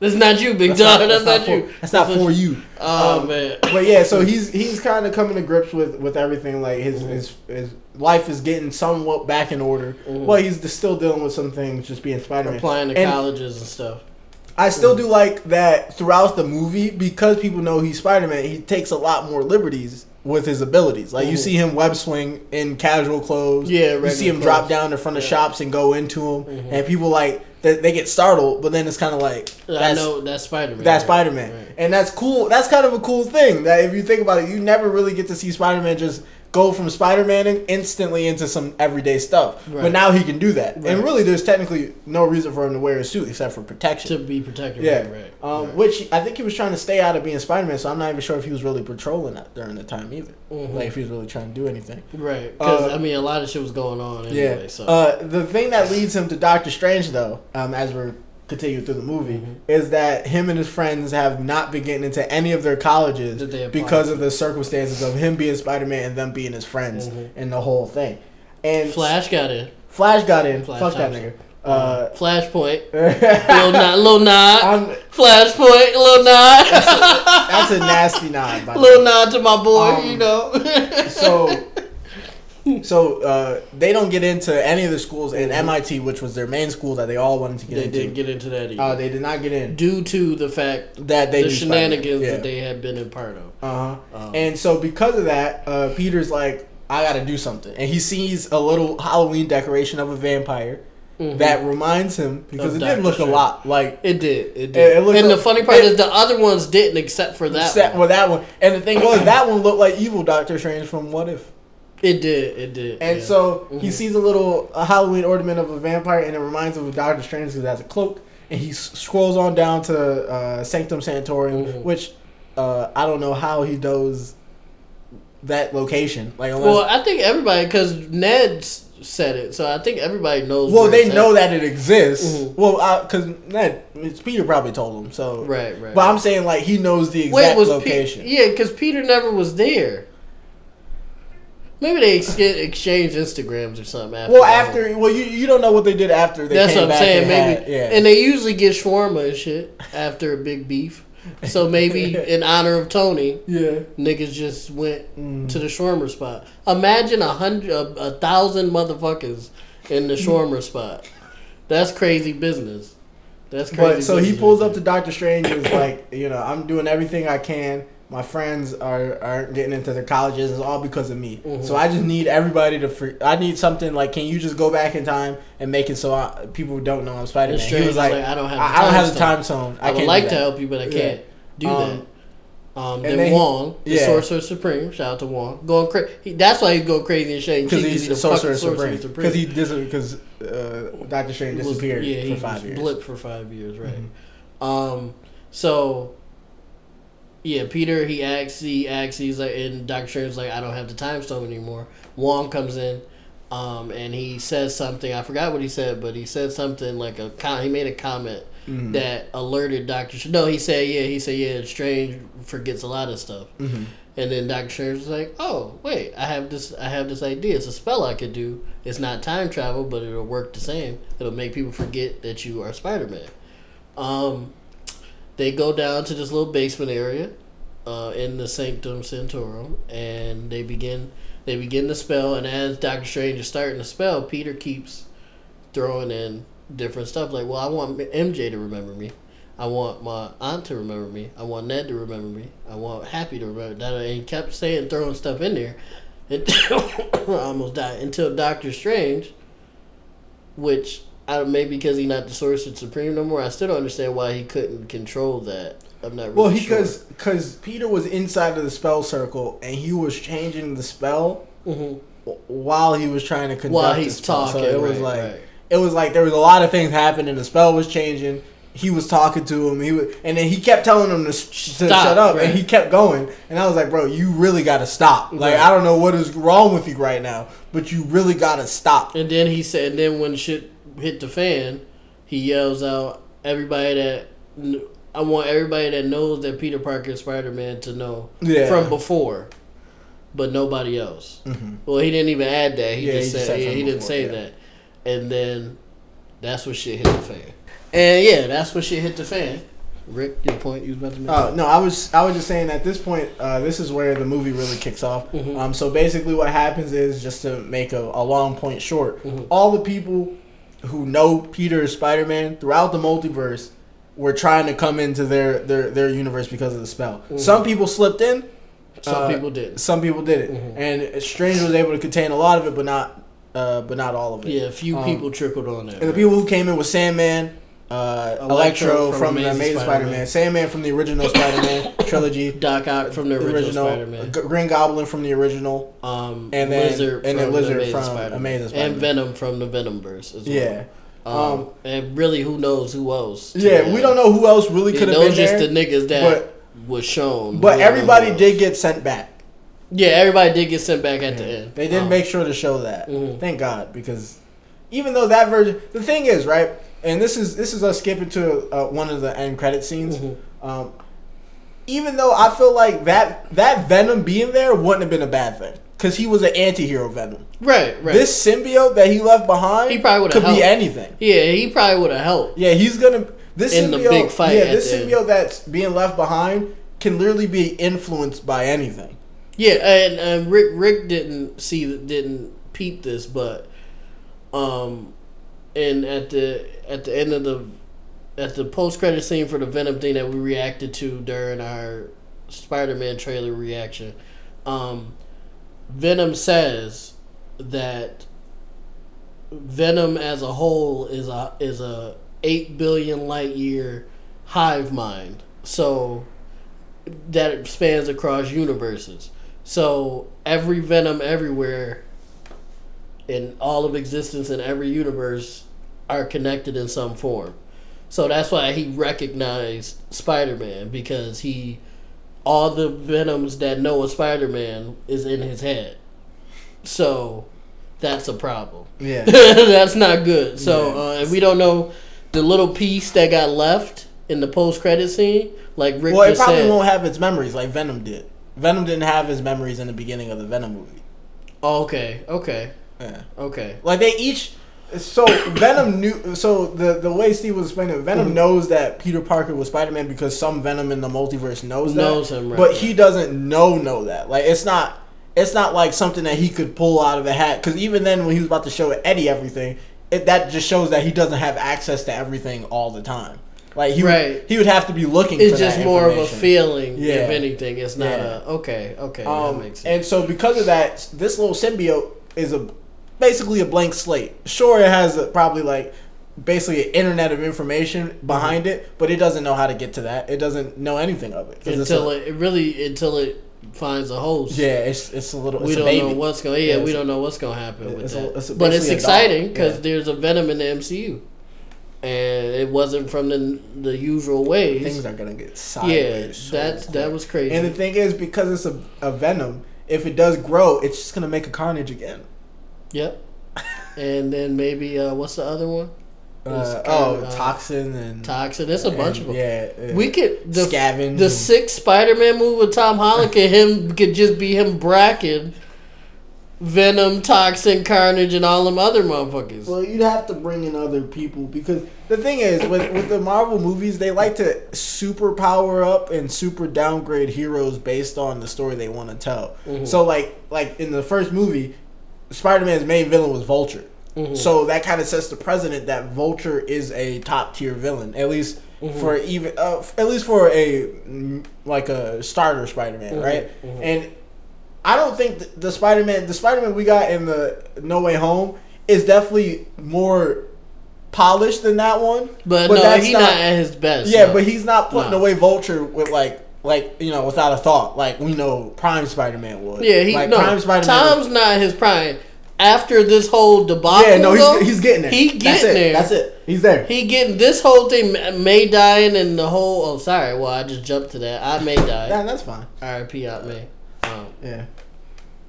S1: That's not you, big
S2: That's
S1: dog.
S2: not,
S1: That's, not,
S2: for,
S1: you.
S2: That's not for you.
S1: Oh
S2: Um,
S1: man.
S2: but yeah, so he's he's kind of coming to grips with with everything. Like his
S1: Mm-hmm.
S2: his his life is getting somewhat back in order.
S1: Mhm.
S2: Well, he's just still dealing with some things, just being Spider Man.
S1: Applying to Mm-hmm.
S2: and
S1: colleges and stuff.
S2: I still do like that throughout the movie because people know he's Spider Man. He takes a lot more liberties with his abilities. Like you
S1: Mhm.
S2: see him web swing in casual clothes.
S1: Yeah,
S2: you
S1: regular
S2: see him
S1: clothes.
S2: drop down in front of
S1: Yeah.
S2: shops and go into them,
S1: Mhm.
S2: and people like they, they get startled. But then it's kind of like
S1: I
S2: that's
S1: know that's Spider Man.
S2: that Spider Man, and that's cool. That's kind of a cool thing that if you think about it, you never really get to see Spider Man just go from Spider Man instantly into some everyday stuff. But
S1: Right.
S2: now he can do that, and
S1: Right.
S2: really, there's technically no reason for him to wear a suit except for
S1: To
S2: protection.
S1: be protected.
S2: yeah,
S1: Right. right,
S2: Um,
S1: right.
S2: which I think he was trying to stay out of being Spider Man, so I'm not even sure if he was really patrolling that during the time either.
S1: Mhm.
S2: Like if he was really trying to do anything.
S1: Right. Because
S2: uh,
S1: I mean, a lot of shit was going on
S2: Yeah.
S1: anyway. So.
S2: Uh, the thing that leads him to Doctor Strange, though, um, as we're continuing through the movie,
S1: Mhm.
S2: is that him and his friends have not been getting into any of their colleges
S1: That they apply
S2: because of the circumstances of him being Spider Man and them being his friends
S1: Mhm.
S2: and the whole thing. And
S1: Flash got in.
S2: Flash got in.
S1: Flash
S2: Fuck that
S1: Thompson. Uh-huh.
S2: nigga. Uh,
S1: Flashpoint. Little nod. Little nod.
S2: I'm,
S1: Flashpoint. Little nod.
S2: that's a nasty nod. By the way.
S1: little nod to my boy.
S2: Um,
S1: you know.
S2: so so uh, they don't get into any of the schools in MIT, which was their main school that they all wanted to get
S1: Mm-hmm. they
S2: into.
S1: didn't get into that either.
S2: uh, they did not get in.
S1: due to the fact
S2: That they
S1: the
S2: knew Spider-Man.
S1: shenanigans
S2: Yeah.
S1: that they had been a part of.
S2: Uh-huh.
S1: Um,
S2: and so because of that, uh, Peter's like, I gotta do something. And he sees a little Halloween decoration of a vampire that reminds him because
S1: Mm-hmm. Of
S2: it did
S1: Dr.
S2: look a
S1: Strange.
S2: lot like
S1: It did. It
S2: It-
S1: did.
S2: it looked
S1: and
S2: like-
S1: the funny part
S2: it-
S1: is the other ones didn't, except for that.
S2: except
S1: one.
S2: well that one. And the thing was that one looked like evil Doctor Strange from What If.
S1: It did. It did.
S2: And
S1: yeah.
S2: so he
S1: Mhm.
S2: sees a little a Halloween ornament of a vampire, and it reminds him of Doctor Strange because it has a cloak. And he s- scrolls on down to uh, Sanctum Santorum,
S1: Mhm.
S2: which uh, I don't know how he knows that location. Like, unless,
S1: Well,
S2: well,
S1: I think everybody, because Ned s- said it, so I think everybody knows. where
S2: they
S1: it's at.
S2: know that it exists.
S1: Mhm.
S2: Well, because that it's Peter probably told him. So,
S1: Right, right.
S2: but I'm saying like he knows the exact
S1: Wait, was
S2: location.
S1: Pe- yeah, because Peter never was there. Maybe they ex- exchange Instagrams or something. After
S2: well,
S1: that.
S2: after well, you you don't know what they did after they
S1: that's
S2: came
S1: what I'm
S2: back
S1: saying.
S2: and
S1: Maybe,
S2: had- yeah.
S1: and they usually get shawarma and shit after a big beef. So maybe in honor of Tony,
S2: yeah.
S1: niggas just went
S2: Mm.
S1: to the shawarma spot. Imagine a hundred, a, a thousand motherfuckers in the shawarma spot. That's crazy business. That's crazy.
S2: But so he
S1: business
S2: pulls up
S1: right
S2: to Doctor Strange and is like, you know, I'm doing everything I can. My friends are aren't getting into their colleges. It's all because of me.
S1: Mhm.
S2: So I just need everybody to. Free, I need something like, can you just go back in time and make it so I, people don't know I'm Spider Man?
S1: And
S2: He
S1: Strange
S2: was like,
S1: I don't have the
S2: I, I don't have the
S1: time.
S2: time zone.
S1: I,
S2: I,
S1: would
S2: can't
S1: like
S2: do
S1: to
S2: that.
S1: help you, but I
S2: Yeah.
S1: can't do
S2: Um,
S1: that. Um,
S2: and
S1: then,
S2: then he-
S1: Wong, the
S2: yeah.
S1: Sorcerer Supreme, shout out to Wong, going crazy. That's why he's going crazy and Shane
S2: because he's the
S1: the fucking
S2: sorcerer supreme. Because he because uh, Doctor Strange
S1: was-
S2: disappeared
S1: yeah, he
S2: for five
S1: was
S2: years. Mm-hmm.
S1: blipped for five years, right? Um, so yeah, Peter he acts, he acts, he's like, and Doctor Strange's like, I don't have the time stone anymore. Wong comes in, um, and he says something. I forgot what he said, but he said something like a com- he made a comment
S2: Mhm.
S1: that alerted Doctor. Sh- no, he said yeah, he said yeah. Strange forgets a lot of stuff.
S2: Mhm.
S1: And then Doctor Strange was like, "Oh, wait, I have this. I have this idea. It's a spell I could do. It's not time travel, but it'll work the same. It'll make people forget that you are Spider Man." Um, they go down to this little basement area, uh, in the Sanctum Sanctorum, and they begin. They begin the spell, and as Doctor Strange is starting the spell, Peter keeps throwing in different stuff. Like, well, I want MJ to remember me. I want my aunt to remember me. I want Ned to remember me. I want Happy to remember that. And he kept saying, throwing stuff in there. Until I almost died. Until Doctor Strange, which I don't- maybe because he's not the Sorcerer Supreme no more, I still don't understand why he couldn't control that. I'm not really
S2: Well,
S1: sure.
S2: because because Peter was inside of the spell circle and he was changing the spell
S1: Mhm.
S2: w- while he was trying to conduct
S1: while
S2: the
S1: he's
S2: spell.
S1: talking,
S2: So it was
S1: right,
S2: like
S1: right.
S2: it was like there was a lot of things happening. The spell was changing. He was talking to him. He was, and then he kept telling him to, s- to
S1: Stop,
S2: shut up,
S1: right.
S2: and he kept going. And I was like, bro, you really got to stop. Like
S1: Right.
S2: I don't know what is wrong with you right now, but you really got to stop.
S1: And then he said, and then when shit hit the fan, he yells out, "Everybody that kn- I want everybody that knows that Peter Parker is Spider Man to know
S2: Yeah.
S1: from before, but nobody else."
S2: Mhm.
S1: Well, he didn't even add that. He
S2: Yeah,
S1: just
S2: he
S1: said,
S2: just said
S1: yeah,
S2: from
S1: he didn't
S2: before,
S1: say
S2: yeah.
S1: that. And then that's when shit hit the fan. And yeah, that's when shit hit the fan. Rick, your point you was about to make.
S2: Oh no, I was I was just saying at this point, uh, this is where the movie really kicks off.
S1: Mhm.
S2: Um, so basically, what happens is just to make a, a long point short,
S1: Mhm.
S2: all the people who know Peter as Spider Man throughout the multiverse were trying to come into their their, their universe because of the spell. Some people slipped in,
S1: Mm-hmm. Some
S2: uh,
S1: people didn't.
S2: some people didn't,
S1: Mhm.
S2: and Strange was able to contain a lot of it, but not uh, but not all of it.
S1: Yeah, a few
S2: um,
S1: people trickled on there.
S2: And the people who came in was Sandman, uh,
S1: Electro
S2: Electro
S1: from
S2: from the
S1: Amazing
S2: Amazing Spider Man,
S1: Spider-Man.
S2: Sandman from the original Spider Man trilogy,
S1: Doc Ock from the
S2: the
S1: original,
S2: original, uh,
S1: Spider Man.
S2: G- Green Goblin from the original.
S1: um,
S2: And then-
S1: Lizard
S2: and then
S1: from
S2: Lizard
S1: Amazing
S2: from
S1: Spider-Man.
S2: Amazing
S1: and
S2: Spider-Man.
S1: Venom from the Venomverse as well.
S2: Yeah.
S1: Um,
S2: Um,
S1: and really, who knows who else? to
S2: Yeah,
S1: that.
S2: we don't know who else really
S1: Yeah,
S2: could have
S1: those
S2: been
S1: just
S2: there.
S1: the niggas that was shown.
S2: but
S1: We don't know
S2: everybody
S1: who else.
S2: did get sent back.
S1: Yeah, everybody did get sent back at the end.
S2: They did
S1: Um,
S2: make sure to show that.
S1: Mhm.
S2: Thank God, because even though that version, the thing is right, and this is this is us skipping to uh, one of the end credit scenes.
S1: Mhm.
S2: Um, even though I feel like that that Venom being there wouldn't have been a bad thing, because he was an anti-hero Venom.
S1: right, right.
S2: This symbiote that he left behind,
S1: He probably would've
S2: could be
S1: helped.
S2: anything.
S1: yeah, he probably would have helped.
S2: Yeah, he's gonna this
S1: In the
S2: symbiote,
S1: big fight
S2: Yeah,
S1: at
S2: this
S1: the end.
S2: symbiote that's being left behind can literally be influenced by anything.
S1: Yeah, and, and Rick Rick didn't see didn't peep this, but um, and at the at the end of the at the post credit scene for the Venom thing that we reacted to during our Spider Man trailer reaction, um, Venom says that Venom as a whole is a is a eight billion light year hive mind. So that spans across universes. So every Venom everywhere in all of existence in every universe are connected in some form. So that's why he recognized Spider Man because he all the venoms that know of Spider Man is in his head. So that's a problem.
S2: Yeah.
S1: that's not good. So uh, and we don't know the little piece that got left in the post credit scene, like Rick
S2: well, it
S1: just
S2: probably
S1: said.
S2: won't have its memories like Venom did. Venom didn't have his memories in the beginning of the Venom movie.
S1: Oh, okay, okay,
S2: Yeah.
S1: okay.
S2: Like they each. So Venom knew. So the the way Steve was explaining, it, Venom knows that Peter Parker was Spider Man because some Venom in the multiverse knows that.
S1: Knows him, right,
S2: but he
S1: right.
S2: doesn't know know that. Like it's not. It's not like something that he could pull out of a hat. Because even then, when he was about to show Eddie everything, it, that just shows that he doesn't have access to everything all the time. Like he
S1: Right.
S2: would, he would have to be looking. for
S1: It's
S2: that
S1: just more of a
S2: information.
S1: feeling,
S2: Yeah.
S1: if anything. It's not
S2: Yeah.
S1: a okay, okay.
S2: Um,
S1: that makes sense.
S2: and so because of that, this little symbiote is a basically a blank slate. Sure, it has a, probably like basically an internet of information
S1: Mm-hmm.
S2: behind it, but it doesn't know how to get to that. It doesn't know anything of it 'cause it's
S1: until
S2: a-
S1: it, it really until it finds a host.
S2: yeah, it's it's a little. It's
S1: we
S2: a
S1: don't
S2: baby.
S1: know what's going. Yeah,
S2: Yeah,
S1: we
S2: it's-
S1: don't know what's going to happen with
S2: it's a-
S1: that.
S2: it's a-
S1: but it's
S2: basically a dog,
S1: exciting because
S2: yeah.
S1: there's a Venom in the MCU, and it wasn't from the the usual ways.
S2: things are gonna get
S1: yeah,
S2: sideways. so
S1: that's
S2: quick.
S1: that was crazy.
S2: And the thing is, because it's a, a venom, if it does grow, it's just gonna make a carnage again.
S1: yep. and then maybe uh, what's the other one? It's
S2: Uh,
S1: kind
S2: oh,
S1: of, uh,
S2: toxin and
S1: Toxin. It's a bunch
S2: and-
S1: of them.
S2: Yeah, and
S1: We could the
S2: scavenge
S1: the
S2: and-
S1: sixth Spider-Man movie with Tom Holland could him could just be him bracking Venom, Toxin, Carnage, and all them other motherfuckers.
S2: Well, you'd have to bring in other people because the thing is, with, with the Marvel movies, they like to super power up and super downgrade heroes based on the story they want to tell. So, like, like in the first movie, Spider Man's main villain was Vulture. So that kind of sets the precedent that Vulture is a top tier villain, at least for even uh, f- at least for a mm, like a starter Spider Man, right? And I don't think th- the Spider Man, the Spider Man we got in the No Way Home, is definitely more polished than that one.
S1: But, no,
S2: that's
S1: he's not, at his best.
S2: yeah,
S1: no.
S2: but he's not putting
S1: No.
S2: away Vulture with like, like you know, without a thought. Like we know Prime Spider Man would.
S1: yeah, he
S2: like,
S1: no.
S2: Prime Spider Man.
S1: Tom's not his prime. After this whole debacle,
S2: Yeah, no,
S1: though,
S2: he's, he's getting there.
S1: He
S2: That's
S1: getting
S2: it.
S1: there.
S2: That's it. He's there.
S1: He getting this whole thing. May dying and the whole. Oh, sorry. Well, I just jumped to that. I may
S2: Nah,
S1: die.
S2: that's fine.
S1: R.I.P. Out May. Um,
S2: Yeah,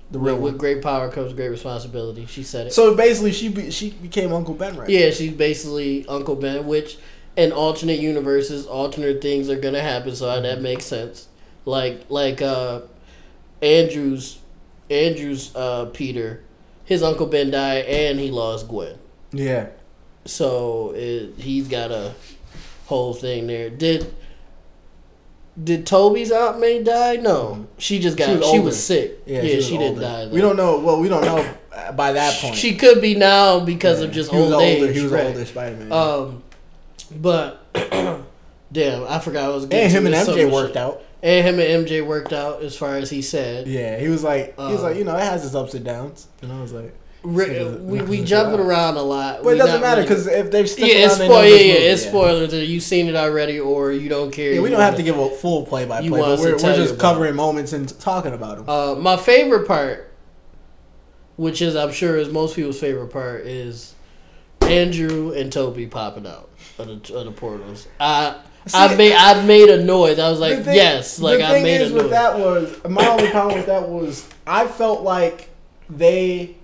S2: the real
S1: with,
S2: one.
S1: with great power comes great responsibility. She said it.
S2: So basically, she be, she became Uncle Ben, right?
S1: Yeah, she's basically Uncle Ben, which in alternate universes, alternate things are gonna happen, so
S2: Mm-hmm.
S1: that makes sense. Like like uh Andrew's Andrew's uh Peter, his Uncle Ben died and he lost Gwen.
S2: Yeah.
S1: So it, he's got a whole thing there. Did did Toby's aunt May die? No, she just got
S2: She
S1: she
S2: was
S1: was,
S2: older.
S1: sick. Yeah, she,
S2: was
S1: didn't
S2: older.
S1: die.
S2: We
S1: though.
S2: don't know. Well, we don't know uh, by that point.
S1: She could be now because of just
S2: he
S1: old
S2: was older.
S1: age.
S2: He was
S1: right.
S2: older Spider Man.
S1: Um, but damn, I forgot I was.
S2: and him and
S1: to some
S2: MJ
S1: shit.
S2: worked out.
S1: And him and MJ worked out as far as he said.
S2: Yeah, he was like, he was
S1: Um,
S2: like, you know, it has its ups and downs. And I was like,
S1: Re-
S2: Niggas-
S1: we
S2: niggas
S1: we
S2: is
S1: jumping
S2: wild.
S1: around a lot,
S2: but it
S1: We not
S2: doesn't matter
S1: really-
S2: because if they've stuck
S1: yeah, it's
S2: around, they know
S1: spoiler. Yeah,
S2: this
S1: yeah,
S2: movie,
S1: it's spoilers. You've seen it already, or you don't care.
S2: Yeah, we
S1: you
S2: don't have
S1: wanna-
S2: to give a full play by play.
S1: You want
S2: We're,
S1: us to
S2: we're
S1: tell you
S2: just
S1: about
S2: covering moments and talking about them.
S1: Uh, my favorite part, which is I'm sure is most people's favorite part, is Andrew and Toby popping out of the, of the portals. I
S2: See-
S1: I made I made a noise. I was
S2: The
S1: like,
S2: thing-
S1: yes, like
S2: the
S1: I
S2: thing
S1: made
S2: is
S1: a
S2: with
S1: noise.
S2: that was my only problem with that was I felt like they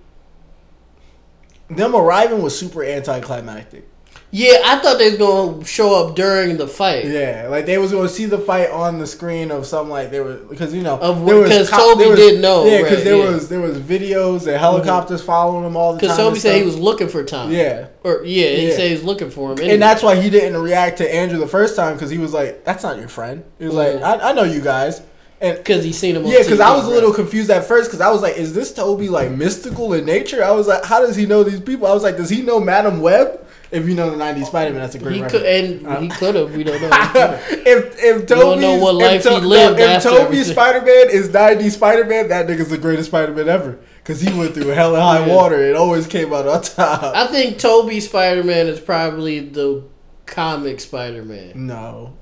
S2: them arriving was super anticlimactic.
S1: Yeah, I thought they was gonna show up during the fight.
S2: Yeah, like they was going to see the fight on the screen of some like they were because you know
S1: Of
S2: there
S1: wh-
S2: was
S1: 'cause
S2: cop-
S1: Toby
S2: there was-
S1: didn't know,
S2: Yeah, because
S1: right,
S2: there
S1: yeah.
S2: was there was videos and helicopters following him all the time.
S1: Because
S2: and
S1: Toby said he was
S2: stuff.
S1: looking for Tom.
S2: yeah.
S1: Or yeah, he
S2: Yeah.
S1: said he was looking for him.
S2: And that's why he didn't react to Andrew the first time because he was like, "That's not your friend." He was like,
S1: Mhm.
S2: "I, I know you guys," and
S1: because he seen him. On
S2: Yeah, because
S1: TV,
S2: I was a
S1: right?
S2: little confused at first because I was like, is this Toby like mystical in nature? I was like, how does he know these people? I was like, does he know Madam Web? If you know the 90s Spider Man, that's a great
S1: He could
S2: reference.
S1: and he could have. We don't know.
S2: if if
S1: don't know
S2: Toby's-
S1: what life
S2: if, To-
S1: he lived
S2: no, if
S1: after
S2: Toby's
S1: everything.
S2: Spider Man is 90s Spider Man, that nigga's the greatest Spider Man ever. Because he went through hell and high
S1: Yeah.
S2: water and always came out on top.
S1: I think Toby Spider Man is probably the comic Spider Man.
S2: no.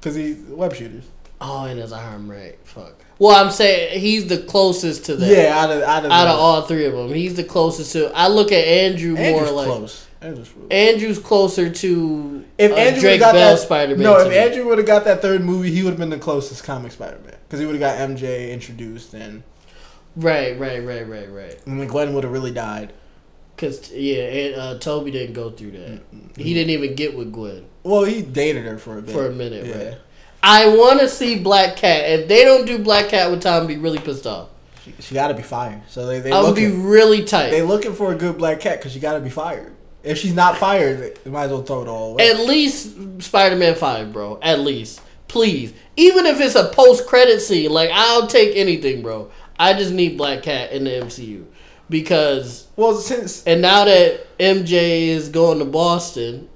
S2: Because he's web shooters.
S1: Oh, and his arm right. Fuck. Well, I'm saying he's the closest to that.
S2: Yeah, out of out of,
S1: Out of all three of them, he's the closest to. I look at Andrew
S2: Andrew's
S1: more like
S2: close. Andrew's real-
S1: Andrew's closer to
S2: If
S1: uh, Drake
S2: Andrew Drake got
S1: Bell
S2: that,
S1: Spider Man.
S2: no, if Andrew would have got that third movie, he would have been the closest comic Spider Man because he would have got MJ introduced and
S1: right, right, right, right, right.
S2: and then Gwen would have really died.
S1: Because yeah, and, uh, Toby didn't go through that. He didn't even get with Gwen.
S2: Well, he dated her for a bit.
S1: For a minute,
S2: yeah.
S1: right. I want to see Black Cat. If they don't do Black Cat with Tom, I'd be really pissed off.
S2: She, she got to be fired. So they they
S1: I would be
S2: looking,
S1: really
S2: they
S1: tight.
S2: looking for a good black cat because she got to be fired. If she's not fired, they- they might as well throw it all away.
S1: At least Spider Man Five, bro. At least, please. Even if it's a post credit scene, like I'll take anything, bro. I just need Black Cat in the MCU because
S2: well, since
S1: And now that MJ is going to Boston,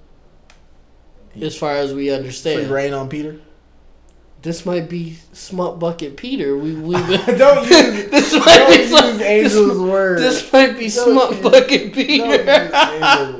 S1: as far as we
S2: free
S1: understand,
S2: rain on Peter.
S1: this might be Smut Bucket Peter. We we this
S2: don't use
S1: might
S2: don't
S1: be
S2: use
S1: some,
S2: Angel's
S1: this,
S2: word.
S1: this might be
S2: Don't
S1: Smut
S2: use-
S1: Bucket
S2: don't use
S1: Peter.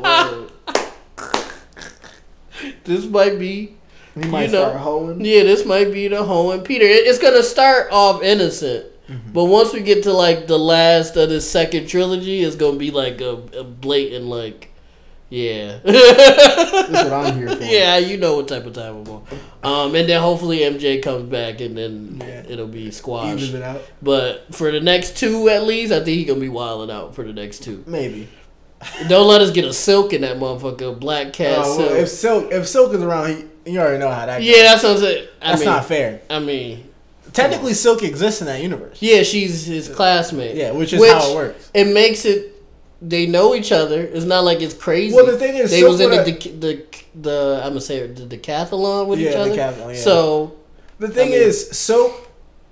S2: Angel's word.
S1: This might be
S2: He might
S1: know.
S2: start hoeing.
S1: yeah. This might be the hoe and Peter. It- it's gonna start off innocent.
S2: Mm-hmm.
S1: But once we get to like the last of the second trilogy, it's gonna be like a, a blatant like, yeah.
S2: That's what I'm here for.
S1: Yeah, you know what type of time I'm on. Um, and then hopefully MJ comes back and then
S2: Yeah.
S1: it'll be
S2: Even
S1: squashed.
S2: it out.
S1: But for the next two, at least, I think he gonna be wilding out for the next two.
S2: Maybe.
S1: Don't let us get a silk in that motherfucker, black cat
S2: Uh, well,
S1: silk.
S2: if Silk if Silk is around, he, you already know how that.
S1: yeah, that's what I'm saying. I
S2: that's
S1: mean,
S2: not fair.
S1: I mean,
S2: Technically, Silk exists in that universe.
S1: yeah, she's his classmate.
S2: Yeah, which is how it works.
S1: It makes it. They know each other. It's not like it's crazy.
S2: Well, the thing is,
S1: they
S2: Silk
S1: was in the,
S2: would've-
S1: deca- the the I'm gonna say it, the decathlon with
S2: Yeah,
S1: each other.
S2: decathlon, yeah.
S1: So
S2: The thing
S1: I mean-
S2: is, Silk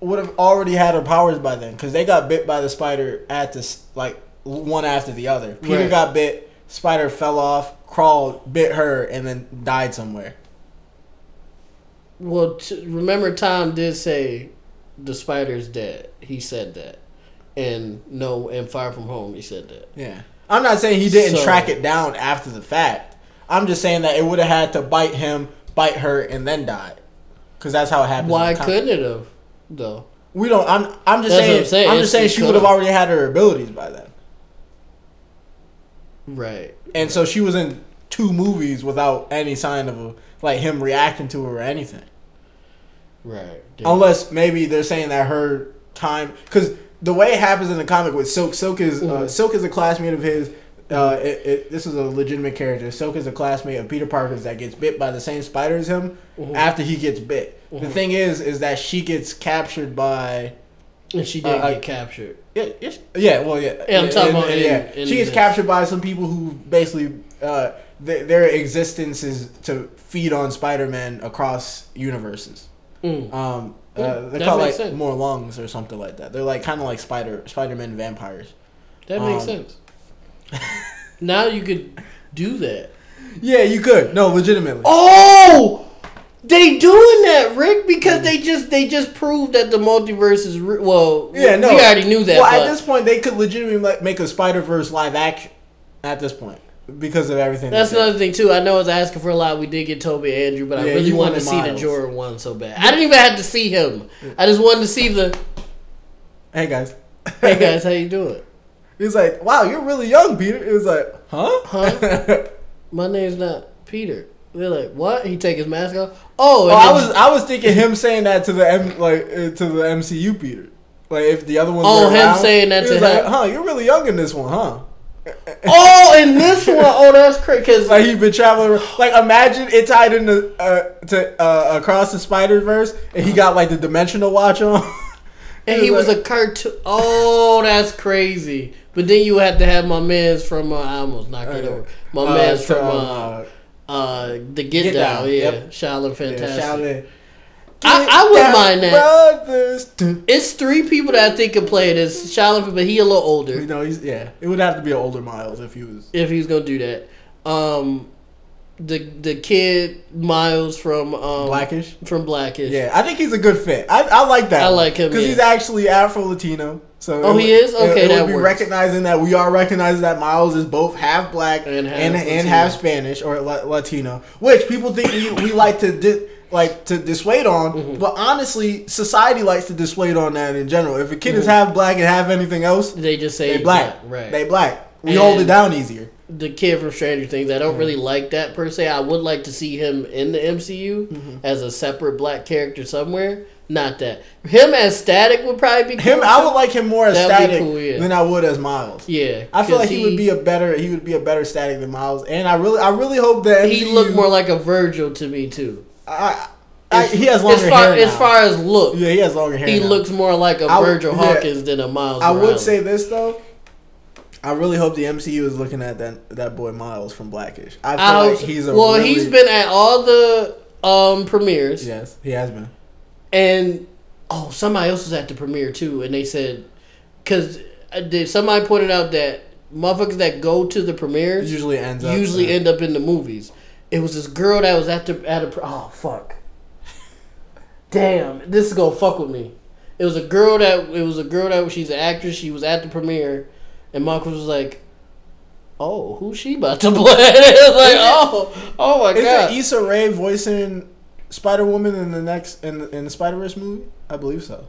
S2: would have already had her powers by then because they got bit by the spider at this like one after the other. Peter
S1: Right.
S2: got bit, spider fell off, crawled, bit her, and then died somewhere.
S1: Well, t- remember Tom did say the spider's dead. He said that, and no, and Far From Home. He said that.
S2: Yeah, I'm not saying he didn't
S1: So-
S2: track it down after the fact. I'm just saying that it would have had to bite him, bite her, and then die. Because that's how it happens. in
S1: Why
S2: the comic.
S1: couldn't it have though?
S2: We don't. I'm. I'm just
S1: That's what
S2: saying.
S1: I'm saying.
S2: I'm, just
S1: It's-
S2: saying
S1: it's
S2: she would have
S1: cool.
S2: already had her abilities by then,
S1: Right.
S2: and so she was in two movies without any sign of a, like him reacting to her or anything.
S1: Right.
S2: Unless maybe they're saying that her time, because the way it happens in the comic with Silk, Silk is uh,
S1: Mhm.
S2: Silk is a classmate of his. Uh, it, it, this is a legitimate character. Silk is a classmate of Peter Parker's that gets bit by the same spider as him
S1: Mhm.
S2: after he gets bit. The thing is, is that she gets captured by.
S1: and she did
S2: uh,
S1: get captured.
S2: Yeah, yeah, sh- yeah, well, yeah.
S1: Yeah, I'm talking about in- in
S2: she gets
S1: this.
S2: captured by some people who basically uh, th- their existence is to feed on Spider-Man across universes.
S1: Mm.
S2: Um,
S1: Yeah,
S2: uh, they're
S1: that
S2: called like
S1: makes sense.
S2: more lungs or something like that. They're like kind of like Spider Spider-Man vampires.
S1: That makes
S2: um,
S1: sense. now you could do that.
S2: Yeah, you could. No, legitimately.
S1: Oh, they doing that, Rick, because they just they just proved that the multiverse is re- well.
S2: yeah, no.
S1: we already knew that.
S2: Well, at
S1: but-
S2: this point, they could legitimately like, make a Spider Verse live action. At this point, because of everything.
S1: That's
S2: they did.
S1: another thing too. I know I was asking for a lot. We did get Toby Andrew, but I
S2: Yeah,
S1: really
S2: you
S1: wanted to
S2: wanted
S1: see the
S2: Miles.
S1: Jordan one so bad. I didn't even have to see him. I just wanted to see the
S2: Hey guys.
S1: Hey guys, how you doing?
S2: He was like, "Wow, you're really young, Peter." It was like, "Huh?
S1: Huh? My name's not Peter. They're like, What? He take his mask off? Oh,
S2: Oh,
S1: and
S2: I
S1: then-
S2: was I was thinking him saying that to the M, like uh, to the MCU Peter, like if the other one.
S1: Oh, him saying that to
S2: like,
S1: him.
S2: Huh? You're really young in this one, huh?
S1: Oh, and this one. Oh, that's crazy. Cause
S2: Like he's been traveling. around- Like imagine it tied into uh, to uh, across the Spider Verse, and he got like the dimensional watch on.
S1: and he was a cartoon. Oh, that's crazy. But then you had to have my man's from uh, I almost knocked it over. My
S2: "Oh,
S1: man's from uh, uh, the Get,
S2: Get
S1: Down.
S2: Down,
S1: Yeah,
S2: yep.
S1: Shaolin Fantastic.
S2: Shaolin.
S1: I- I wouldn't mind that.
S2: Brothers.
S1: It's three people that I think could play this. Shaolin, but he a little
S2: You
S1: older
S2: know, he's yeah. It would have to be an older Miles if he was.
S1: if he's gonna do that. Um, the the kid Miles from um,
S2: Blackish?
S1: from Blackish.
S2: Yeah, I think he's a good fit. I, I like that.
S1: I like him,
S2: because
S1: yeah.
S2: he's actually Afro Latino. So
S1: Oh,
S2: it
S1: he
S2: would-
S1: is? Okay,
S2: it, it
S1: that
S2: would be
S1: works.
S2: recognizing that we are recognizing that Miles is both half black
S1: And
S2: and
S1: half
S2: and,
S1: Latino.
S2: half Spanish or la- Latino, which people think we, we like to di- like to dissuade on,
S1: Mm-hmm.
S2: but honestly, society likes to dissuade on that in general. If a kid is half black and half anything else,
S1: Mm-hmm. They just say
S2: they black.
S1: yeah, right.
S2: They black. We hold it
S1: And-
S2: down easier.
S1: the kid from Stranger Things. I don't
S2: Mm-hmm.
S1: really like that per se. I would like to see him in the MCU
S2: Mm-hmm.
S1: as a separate black character somewhere. Not that him as Static would probably be cool
S2: Him, I would like him more as
S1: That'd be
S2: static
S1: cool, yeah.
S2: than I would as Miles.
S1: Yeah,
S2: I feel like he, would be a better he would be a better static than Miles, and I really I really hope that
S1: he
S2: MCU
S1: looked more like a Virgil to me too.
S2: I, I, he has longer
S1: as far
S2: hair
S1: as
S2: now.
S1: far as look,
S2: yeah, he has longer hair.
S1: he
S2: now.
S1: looks more like a
S2: I w-
S1: Virgil
S2: yeah.
S1: Hawkins than a Miles.
S2: I would
S1: Morales.
S2: say this though. I really hope the MCU is looking at that that boy Miles from Blackish. I feel
S1: I
S2: like
S1: hope-
S2: he's a
S1: well,
S2: really-
S1: he's been at all the um premieres,
S2: yes, he has been.
S1: and oh, somebody else was at the premiere too, and they said because somebody pointed out that motherfuckers that go to the
S2: It
S1: premieres
S2: usually ends up
S1: usually
S2: uh,
S1: end up in the movies. It was this girl that was at the at a pr- oh fuck, damn, this is gonna fuck with me. It was a girl that it was a girl that she's an actress. She was at the premiere, and Marcus was like, "Oh, who's she about to play?" It was like, "Oh, oh my
S2: Is
S1: god."
S2: it Issa Rae voicing Spider Woman in the next in the, in the Spider Verse movie? I believe so.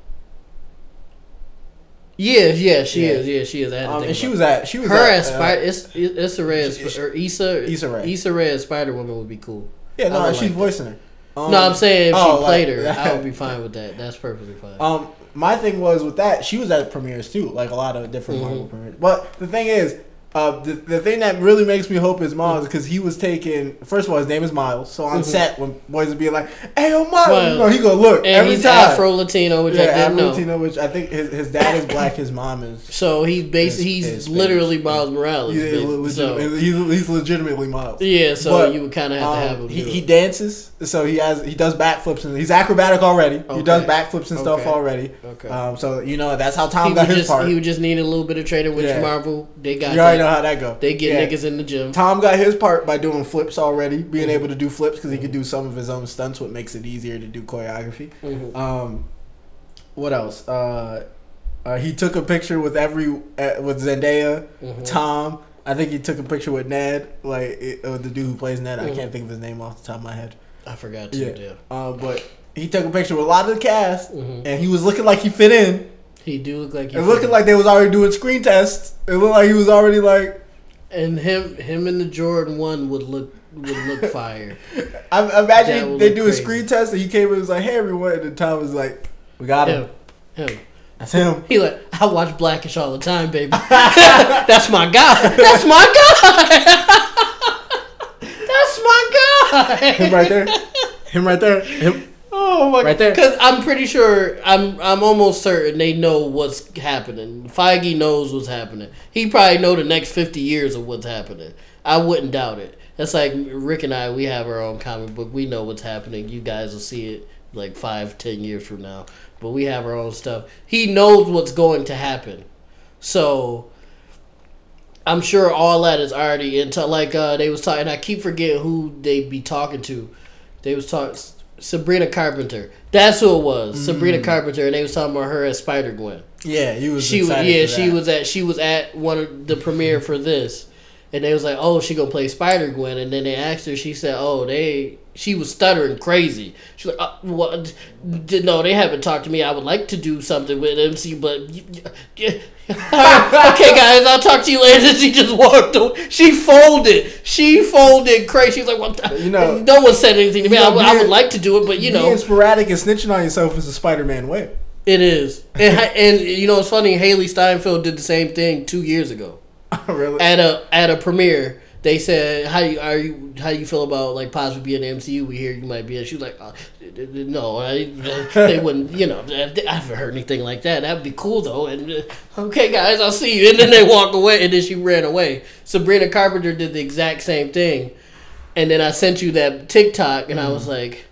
S1: yeah, yeah, she
S2: Yeah.
S1: is. Yeah, she is. I had to
S2: Um,
S1: think
S2: and she
S1: about
S2: was at she was
S1: her
S2: at,
S1: as
S2: uh,
S1: Spider. It's it's a Ray as- or Issa
S2: Issa Rae.
S1: Issa Rae as Spider Woman would be cool.
S2: Yeah,
S1: I
S2: no,
S1: would
S2: she's
S1: like that.
S2: voicing her. Um,
S1: no, I'm saying if
S2: oh,
S1: she played
S2: like-
S1: her, I would be fine with that. That's perfectly fine.
S2: Um, my thing was with that, she was at premieres too, like a lot of different
S1: Mm-hmm.
S2: Marvel premieres. But the thing is, uh, the, the thing that really makes me hope is Miles
S1: Mm.
S2: because he was taking. First of all, his name is Miles, so on set when boys would be like, "Hey, oh Miles,"
S1: Mm-hmm. Miles.
S2: you know, he gonna look
S1: and
S2: every
S1: he's
S2: time.
S1: Afro Latino, which
S2: yeah,
S1: I didn't
S2: Afro
S1: know.
S2: Latino, which I think his, his dad is black, his mom is.
S1: So he's basically he's
S2: It's- it's
S1: literally Miles Morales.
S2: He's,
S1: basically.
S2: legit-
S1: so
S2: he's, he's legitimately Miles.
S1: yeah, so
S2: But,
S1: you would kind of have to
S2: Um,
S1: have him.
S2: he,
S1: do
S2: he
S1: it.
S2: dances, so he has he does backflips and he's acrobatic already. He does
S1: Okay.
S2: backflips and stuff
S1: Okay.
S2: already.
S1: Okay.
S2: Um, so you know that's how
S1: He
S2: Tom
S1: would
S2: got his
S1: just
S2: part.
S1: he would just need a little bit of training, which
S2: Yeah.
S1: Marvel they got.
S2: You already
S1: that.
S2: know how that go.
S1: They get
S2: Yeah.
S1: niggas in the gym.
S2: Tom got his part by doing flips already, being able to do flips because he could do some of his own stunts, what makes it easier to do choreography.
S1: Mhm.
S2: Um, what else? Uh, uh, he took a picture with every uh, with Zendaya,
S1: Mm-hmm.
S2: Tom. I think he took a picture with Ned, like it, uh, the dude who plays Ned.
S1: Mm-hmm.
S2: I can't think of his name off the top of my head.
S1: I forgot to.
S2: Yeah.
S1: Yeah.
S2: Uh, but he took a picture with a lot of the cast,
S1: Mhm.
S2: and he was looking like he fit in.
S1: He do look like he
S2: It looking
S1: fit.
S2: like they was already doing screen tests. It looked like he was already like.
S1: and him him and the Jordan one would look would look fire.
S2: I I
S1: That
S2: imagine
S1: would
S2: they
S1: look
S2: do
S1: crazy.
S2: a screen test, and he came in and was like, "Hey, everyone," and then Tom was like, "We got him.
S1: Him him.
S2: That's him."
S1: He like I watch Blackish all the time, baby. That's my guy. That's my guy. That's my guy.
S2: Him right there. Him right there. Him.
S1: Oh my!
S2: Right there.
S1: Because I'm pretty sure I'm I'm almost certain they know what's happening. Feige knows what's happening. He probably know the next fifty years of what's happening. I wouldn't doubt it. That's like Rick and I. We have our own comic book. We know what's happening. You guys will see it like five, ten years from now. But we have our own stuff. He knows what's going to happen. So I'm sure all that is already into like uh they was talking. I keep forgetting who they be talking to. They was talking Sabrina Carpenter. That's who it was, Sabrina Carpenter, and they was talking about her as Spider Gwen.
S2: Yeah, you was.
S1: She was
S2: excited
S1: yeah,
S2: for
S1: she
S2: that.
S1: was at she was at one of the premiere for this, and they was like, oh, she gonna play Spider Gwen, and then they asked her, she said, oh, they she was stuttering crazy. She's like, uh, what? D- No, they haven't talked to me. I would like to do something with MC, but y- y- y- okay, guys, I'll talk to you later. She just walked away. She folded. She folded crazy. She's like, what? the-
S2: You know-
S1: no one said anything to me.
S2: you know,
S1: I would- I
S2: being-
S1: would like to do it, but you know,
S2: Being sporadic and snitching on yourself is a Spider-Man way.
S1: it is, and, ha- and you know it's funny. Haley Steinfeld did the same thing two years ago
S2: really.
S1: at a at a premiere. They said, "How you are you? How you feel about like possibly being in the MCU? We hear you might be." And she was like, uh, d- d- d- "No, I, they wouldn't. You know, I haven't heard anything like that. That'd be cool though." And uh, okay, guys, I'll see you. And then they walk away, and then she ran away. Sabrina Carpenter did the exact same thing, and then I sent you that TikTok, and I was like.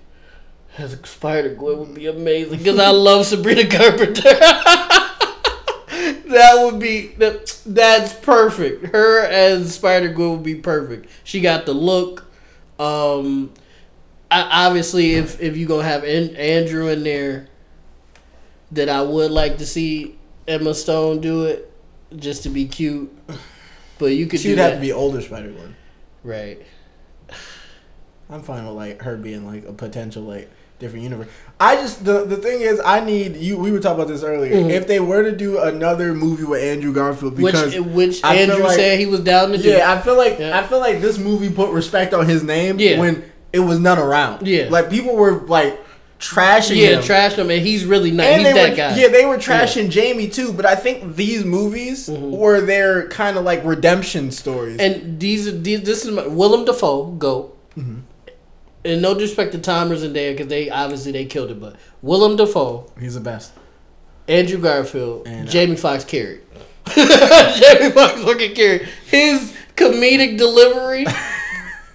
S1: As a Spider Gwen would be amazing because I love Sabrina Carpenter. that would be that, that's perfect. Her as Spider Gwen would be perfect. She got the look. Um, I, obviously, if if you gonna have an, Andrew in there, then I would like to see Emma Stone do it just to be cute. But you could do
S2: She'd have
S1: that,
S2: to be older Spider-Man.
S1: right?
S2: I'm fine with like her being like a potential like different universe. I just the the thing is I need you. We were talking about this earlier.
S1: Mhm.
S2: If they were to do another movie with Andrew Garfield,
S1: Which
S2: because
S1: which
S2: I feel
S1: Andrew
S2: like-
S1: said he was down to do.
S2: yeah, I feel like
S1: Yeah.
S2: I feel like this movie put respect on his name
S1: Yeah.
S2: when it was none around.
S1: Yeah.
S2: like people were like trashing
S1: yeah,
S2: him.
S1: trashed him, and he's really nice.
S2: and
S1: he's
S2: they
S1: that
S2: were,
S1: guy.
S2: yeah, they were trashing Jamie too, but I think these movies were their kind of like redemption stories.
S1: Mm-hmm. And these, are- these this is my, Willem Dafoe go.
S2: Mm-hmm.
S1: And no disrespect to Timers and Dan because they obviously they killed it, but Willem Dafoe,
S2: He's the best.
S1: Andrew Garfield,
S2: And- uh,
S1: Jamie Foxx carried. Jamie Foxx fucking carried his comedic delivery.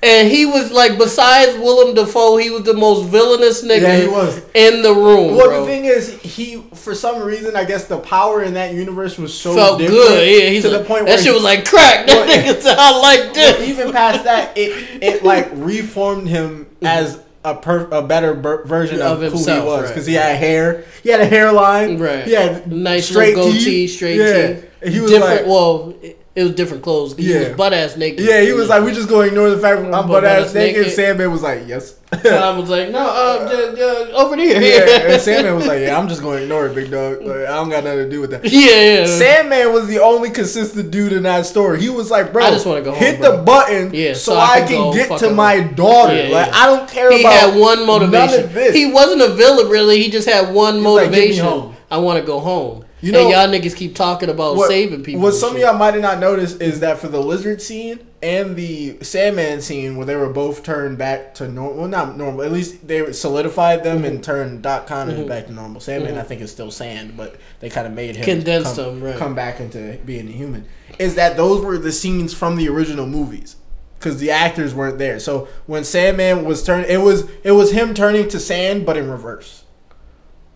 S1: And he was like, besides Willem Dafoe, he was the most villainous nigga
S2: Yeah, he was.
S1: in the room.
S2: Well,
S1: bro.
S2: the thing is, he for some reason, I guess the power in that universe was so
S1: felt
S2: different
S1: good. Yeah, he's
S2: to
S1: like,
S2: the point
S1: that
S2: where
S1: shit was like crack. That
S2: Well,
S1: nigga said, I like
S2: But
S1: this.
S2: even past that, it it like reformed him as a per, a better ber- version of,
S1: Mm-hmm. Of
S2: who
S1: himself,
S2: he was
S1: right,
S2: because he had hair, he had a hairline,
S1: Right.
S2: He had
S1: nice
S2: straight
S1: little goatee,
S2: teeth.
S1: straight
S2: yeah.
S1: teeth.
S2: He was
S1: different.
S2: like,
S1: well, it, it was different clothes. He was
S2: Yeah.
S1: butt ass naked.
S2: yeah, he was like, we just gonna ignore the fact I'm
S1: But
S2: butt ass
S1: that's
S2: naked.
S1: naked.
S2: Sandman was like, yes.
S1: And I was like, no, uh, j- j- over there.
S2: yeah, and Sandman was like, yeah, I'm just gonna ignore it, big dog. Like, I don't got nothing to do with that.
S1: yeah, yeah.
S2: Sandman was the only consistent dude in that story. He was like, bro,
S1: I just wanna go
S2: hit
S1: home, bro.
S2: the button
S1: Yeah,
S2: so, I can
S1: go
S2: get to
S1: fucking
S2: my
S1: home."
S2: daughter.
S1: Yeah,
S2: like,
S1: yeah.
S2: I don't care
S1: he
S2: about
S1: had one
S2: None
S1: motivation.
S2: of this.
S1: He wasn't a villain, really. He just had one
S2: like, "Get me
S1: motivation.
S2: home."
S1: I want to go home.
S2: You
S1: You know,
S2: know-
S1: y'all niggas keep talking about saving people.
S2: What
S1: and
S2: some
S1: shit.
S2: of y'all might have not noticed is that for the lizard scene and the Sandman scene, where they were both turned back to normal, well, not normal, at least they solidified them
S1: Mm-hmm.
S2: and turned Doc Connors back to normal. Sandman, I think, is still sand, but they kind of made him
S1: Condensed
S2: come,
S1: him, right.
S2: come back into being a human. Is that those were the scenes from the original movies? Because the actors weren't there, so when Sandman was turned, it was it was him turning to sand, but in reverse.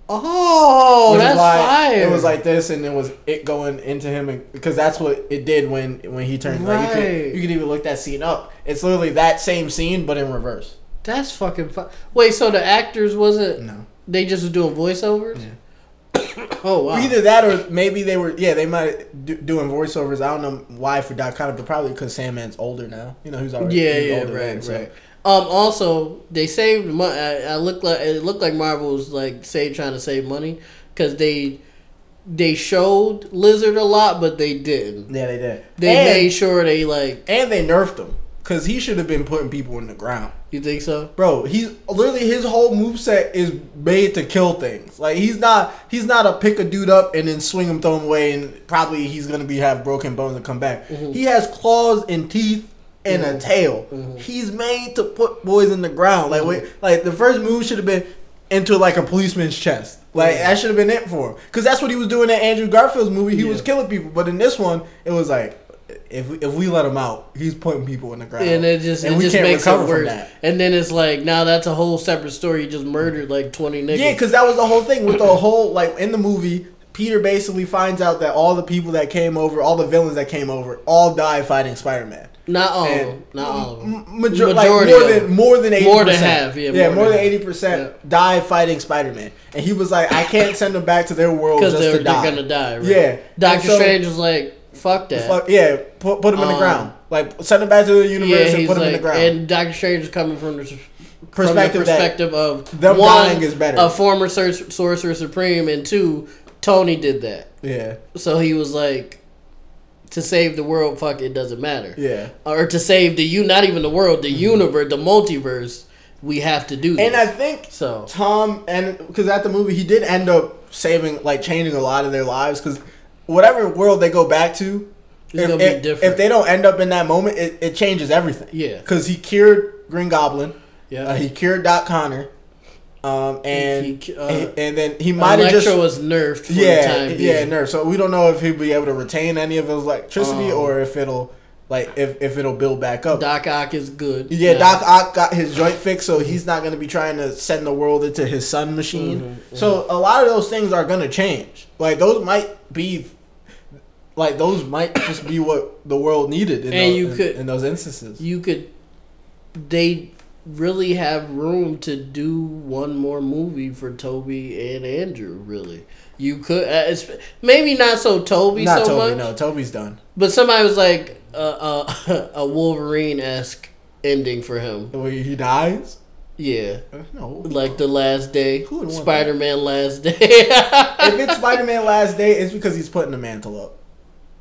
S1: Oh,
S2: Which is
S1: that's
S2: why
S1: fire.
S2: It was like this, and it was it going into him, and, because that's what it did when when he turned. Like you
S1: Right.
S2: could, you could even look that scene up. It's literally that same scene, but in reverse.
S1: That's fucking fu- Wait, so the actors wasn't
S2: No,
S1: they just was doing voiceovers? oh wow.
S2: either that or maybe they were. Yeah, they might do, doing voiceovers. I don't know why for Doc Connor, but probably because Sandman's older now. You know, he's already
S1: yeah,
S2: he's
S1: yeah,
S2: older
S1: right,
S2: then, so-
S1: right. Um also, they saved money. I, I look like it looked like Marvel was like say trying to save money cuz they they showed Lizard a lot but they didn't.
S2: Yeah, they did.
S1: They
S2: and,
S1: made sure they like
S2: and they nerfed him because he should have been putting people in the ground.
S1: you think so?
S2: Bro, he's literally his whole moveset is made to kill things. Like he's not he's not a pick a dude up and then swing him, throw him away, and probably he's gonna be have broken bones and come back.
S1: Mm-hmm.
S2: He has claws and teeth and a tail.
S1: Mm-hmm.
S2: He's made to put boys in the ground. Like wait, like the first move should have been into like a policeman's chest. Like
S1: Yeah.
S2: that should have been it for him, because that's what he was doing in Andrew Garfield's movie. He was
S1: Yeah.
S2: killing people, but in this one, it was like. If we, if we let him out, he's putting people in the ground,
S1: And it just it just makes it worse. And then it's like now that's a whole separate story. You just murdered like twenty niggas.
S2: Yeah, because that was the whole thing with the whole like in the movie. Peter basically finds out that all the people that came over, all the villains that came over, all died fighting Spider-Man.
S1: Not all, of
S2: And
S1: them. not all of them.
S2: M- major- like,
S1: Majority
S2: more
S1: of
S2: than
S1: them.
S2: more than eighty
S1: More than half, yeah, more
S2: more
S1: than
S2: than
S1: half.
S2: eighty percent died fighting Spider-Man, and he was like, I can't send them back to their world
S1: Because
S2: just
S1: they're,
S2: to
S1: they're
S2: die.
S1: gonna die. Right?
S2: Yeah. And
S1: Doctor
S2: so-
S1: Strange was like, "Fuck that."
S2: Fuck, yeah, put, put them in the
S1: Um,
S2: ground, like send them back to the
S1: yeah,
S2: universe and
S1: he's
S2: put them in the
S1: like,
S2: ground.
S1: and Doctor Strange is coming from the s-
S2: Perspective
S1: from the
S2: that
S1: perspective of
S2: them
S1: one,
S2: dying is better.
S1: A former Sor- Sorcerer Supreme, and two, Tony did that.
S2: yeah,
S1: So he was like, "To save the world, fuck it doesn't matter."
S2: yeah. Mm-hmm.
S1: Or to save the you, not even the world, the universe, the multiverse. We have to do this.
S2: And I think
S1: so.
S2: Tom and because at the movie he did end up saving like changing a lot of their lives because whatever world they go back to,
S1: It's
S2: if,
S1: gonna be
S2: if-
S1: different.
S2: if they don't end up in that moment, it, it changes everything.
S1: Yeah.
S2: because he cured Green Goblin,
S1: Yeah.
S2: uh, he cured Doc Connor, um, and
S1: He- he, uh,
S2: and- and then he might have
S1: Electro
S2: just
S1: was nerfed for
S2: yeah
S1: the time
S2: yeah
S1: being.
S2: nerf. So we don't know if he'll be able to retain any of his electricity
S1: Um,
S2: or if it'll like if, if it'll build back up.
S1: Doc Ock is good.
S2: Yeah,
S1: now.
S2: Doc Ock got his joint fixed, so he's not going to be trying to send the world into his sun machine.
S1: Mm-hmm,
S2: So a lot of those things are going to change. Like those might be, like those might just be what the world needed. In
S1: And
S2: those,
S1: you
S2: in-
S1: could-
S2: in those instances.
S1: you could they really have room to do one more movie for Toby and Andrew really you could uh, it's, maybe not so Toby
S2: Not
S1: so
S2: Toby.
S1: much
S2: No, Toby's done.
S1: but somebody was like uh, uh, a Wolverine esque ending for him.
S2: Where he dies? Uh,
S1: Yeah,
S2: No.
S1: like the last day,
S2: Who would want
S1: Spider Man last day.
S2: if it's Spider Man Last Day, it's because he's putting the mantle up,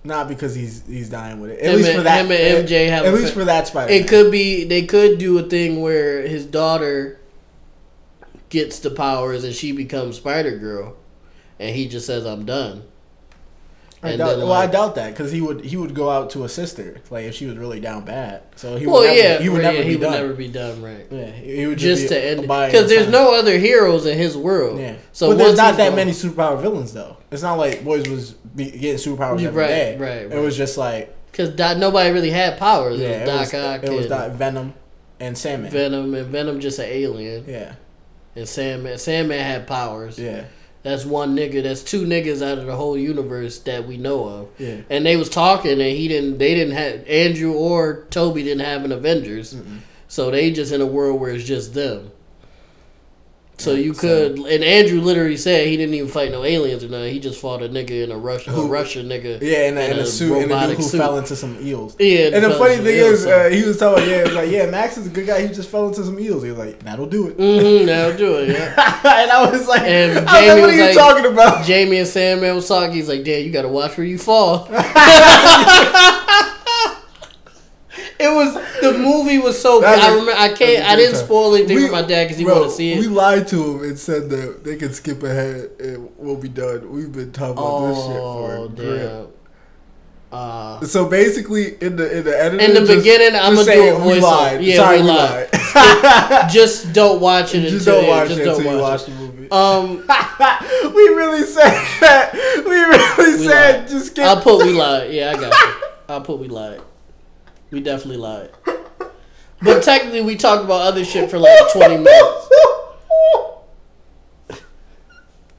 S2: not because he's he's dying with it. At
S1: Him
S2: least
S1: and-
S2: for that,
S1: him and MJ have
S2: at
S1: a
S2: least
S1: fa-
S2: for that Spider Man.
S1: it could be they could do a thing where his daughter gets the powers and she becomes Spider Girl, and he just says, "I'm done."
S2: I
S1: and
S2: doubt,
S1: then,
S2: well, I
S1: like-
S2: doubt that because he would he would go out to a sister like if she was really down bad. So he would
S1: Well,
S2: never,
S1: yeah,
S2: he would
S1: right,
S2: never
S1: yeah,
S2: be
S1: he
S2: done.
S1: would never be done, right?
S2: yeah, he he would
S1: Just
S2: be
S1: to
S2: a
S1: end,
S2: buyer
S1: because there's
S2: of time.
S1: no other heroes in his world.
S2: yeah.
S1: So
S2: but there's
S1: once
S2: not
S1: he's
S2: that
S1: gone-
S2: many superpower villains though. It's not like boys was be, getting superpowers
S1: Yeah,
S2: every
S1: right,
S2: day.
S1: right,
S2: It
S1: right.
S2: was just like
S1: Because nobody really had powers.
S2: yeah,
S1: it
S2: it
S1: was
S2: was,
S1: Doc Ock
S2: it was
S1: and
S2: Doc- Venom and Salmon.
S1: Venom, and Venom just an alien,
S2: yeah,
S1: and Sandman. Sandman had powers.
S2: yeah,
S1: That's one nigga. That's two niggas out of the whole universe that we know of.
S2: yeah.
S1: And they was talking, and he didn't. They didn't have Andrew or Toby didn't have an Avengers, so they just in a world where it's just them. So you could, and Andrew literally said he didn't even fight no aliens or nothing. He just fought a nigga in a Russian, a
S2: Who-
S1: Russian nigga.
S2: Yeah, and, a-
S1: in
S2: and a,
S1: a
S2: suit, and a dude
S1: robotic
S2: who
S1: suit.
S2: fell into some eels.
S1: Yeah,
S2: And the
S1: fell
S2: funny
S1: into
S2: thing
S1: the
S2: is,
S1: eels.
S2: uh, he was talking, yeah, it was like, yeah, Max is a good guy. He just fell into some eels. He was like, that'll do it.
S1: Mm-hmm, that'll do it. Yeah.
S2: and I was like,
S1: And
S2: I was like,
S1: Jamie
S2: what are
S1: was
S2: you
S1: like-
S2: talking about?
S1: Jamie and Sandman was talking. He's like, "Damn, you gotta watch where you fall." it was the movie was so.
S2: That was
S1: I
S2: a-
S1: remember. I
S2: that was
S1: can't.
S2: a
S1: I
S2: good
S1: didn't
S2: time.
S1: spoil anything
S2: We-
S1: for my dad because he
S2: bro,
S1: wanted to see it.
S2: We lied to him and said that they can skip ahead and we'll be done. We've been talking about this shit for
S1: oh
S2: a grip.
S1: damn. Uh,
S2: So basically, in the in the editor,
S1: In the
S2: just-
S1: beginning,
S2: just
S1: I'ma do
S2: say,
S1: a
S2: We
S1: voiceover.
S2: lied.
S1: Yeah,
S2: Sorry,
S1: we
S2: we
S1: lied."
S2: lied.
S1: just don't watch it
S2: just
S1: until
S2: don't watch
S1: just
S2: it
S1: don't
S2: until you
S1: watch
S2: watch the movie.
S1: it. Um,
S2: we really said that. We really
S1: We
S2: said
S1: lied.
S2: just get.
S1: I'll put we lied. Yeah, I got you. I'll put we lied. We definitely lied. But technically, we talked about other shit for like twenty minutes.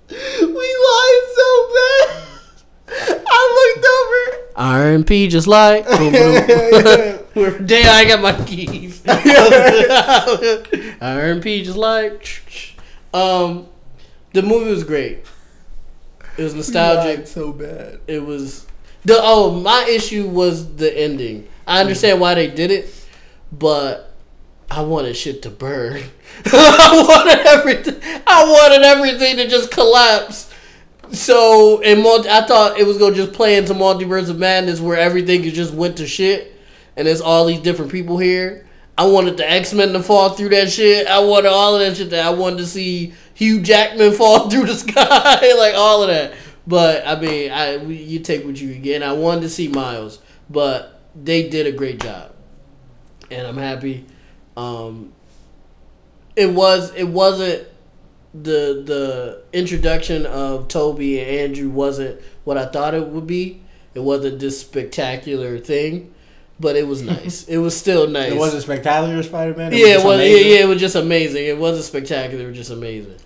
S2: we lied so bad. I looked over.
S1: RMP just like
S2: yeah.
S1: damn, I got my keys. RMP just like um, the movie was great. It was
S2: Nostalgic
S1: nostalgic.
S2: so bad.
S1: It was the oh my issue was the ending. I understand why they did it, but I wanted shit to burn. I wanted everything. I wanted everything to just collapse. So in multi, I thought it was gonna just play into Multiverse of Madness where everything is just went to shit, and it's all these different people here. I wanted the X Men to fall through that shit. I wanted all of that shit. That I wanted to see Hugh Jackman fall through the sky, like all of that. But I mean, I we- you take what you can get. And I wanted to see Miles, but they did a great job, and I'm happy. Um, it was it wasn't the the introduction of Toby and Andrew wasn't what I thought it would be. It wasn't this spectacular thing, but it was nice. it was still nice.
S2: It wasn't spectacular, Spider Man.
S1: yeah, it was, yeah, yeah, it was just amazing. It wasn't spectacular, it was just amazing.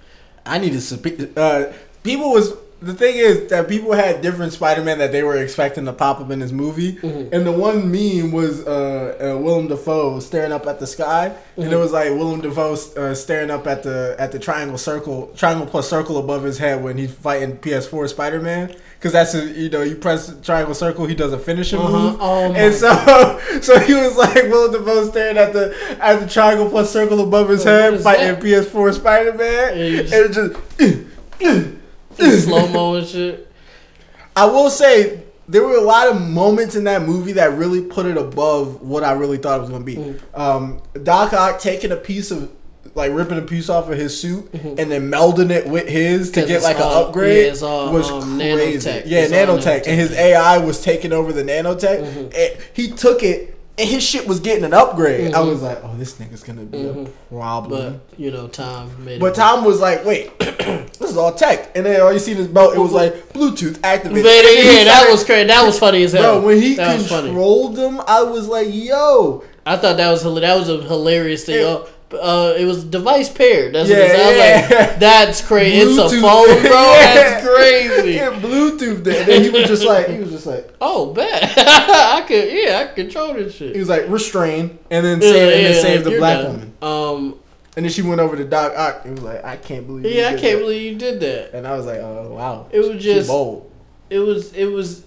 S2: I need to. spe- Uh, people was the thing is that people had different Spider Man that they were expecting to pop up in this movie,
S1: Mm-hmm.
S2: and the one meme was uh, uh, Willem Dafoe staring up at the sky, and it
S1: Mm-hmm.
S2: was like Willem Dafoe uh, staring up at the at the triangle circle, triangle plus circle above his head when he's fighting PS4 Spider Man, because that's a, you know you press triangle circle, he does a finishing
S1: Uh-huh.
S2: move,
S1: Oh my
S2: and so so he was like Willem Dafoe staring at the at the triangle plus circle above his
S1: What
S2: head
S1: is
S2: fighting
S1: that?
S2: PS4 Spider Man,
S1: Yeah, you
S2: and it just.
S1: Slow mo and shit.
S2: I will say there were a lot of moments in that movie that really put it above what I really thought it was going to be.
S1: Mm-hmm.
S2: Um, Doc Ock taking a piece of like ripping a piece off of his suit and then melding it with his
S1: Mm-hmm.
S2: to
S1: 'Cause
S2: get
S1: it's
S2: like
S1: all-
S2: an upgrade
S1: yeah, it's all,
S2: was
S1: um,
S2: crazy.
S1: nanotech.
S2: Yeah,
S1: It's all
S2: nanotech,
S1: nanotech. Mm-hmm.
S2: and his AI was taking over the nanotech. And he took it. And his shit was getting an upgrade. I was like, "Oh, this nigga's gonna be a problem."
S1: Mm-hmm. But you know, Tom made
S2: Mm-hmm. But
S1: it.
S2: Tom was like, wait, this is all tech. And then all you see in his belt, it was like Bluetooth
S1: But
S2: activated. And he
S1: yeah, that
S2: started-
S1: was crazy. That was funny as hell.
S2: Bro, when he
S1: that was funny.
S2: controlled them, I was like, yo.
S1: I thought that was hila- that was a hilarious thing.
S2: It-
S1: oh, uh, it was device paired. That's what it
S2: Yeah,
S1: sounds
S2: yeah.
S1: like. That's crazy. It's a
S2: Bluetooth.
S1: phone, bro.
S2: Yeah.
S1: That's crazy.
S2: Yeah, Bluetooth. Then. And then he was just like, he was just like,
S1: Oh, bet. I could. Yeah, I could control this shit.
S2: he was like, restrain. And then save, and then save the
S1: you're
S2: black
S1: done.
S2: woman.
S1: Um,
S2: And then she went over to Doc Ock and was like, I can't believe you
S1: yeah, I
S2: did
S1: can't
S2: that.
S1: believe you did that.
S2: And I was like, oh, wow.
S1: It was
S2: She
S1: just-
S2: bold.
S1: It was. It was.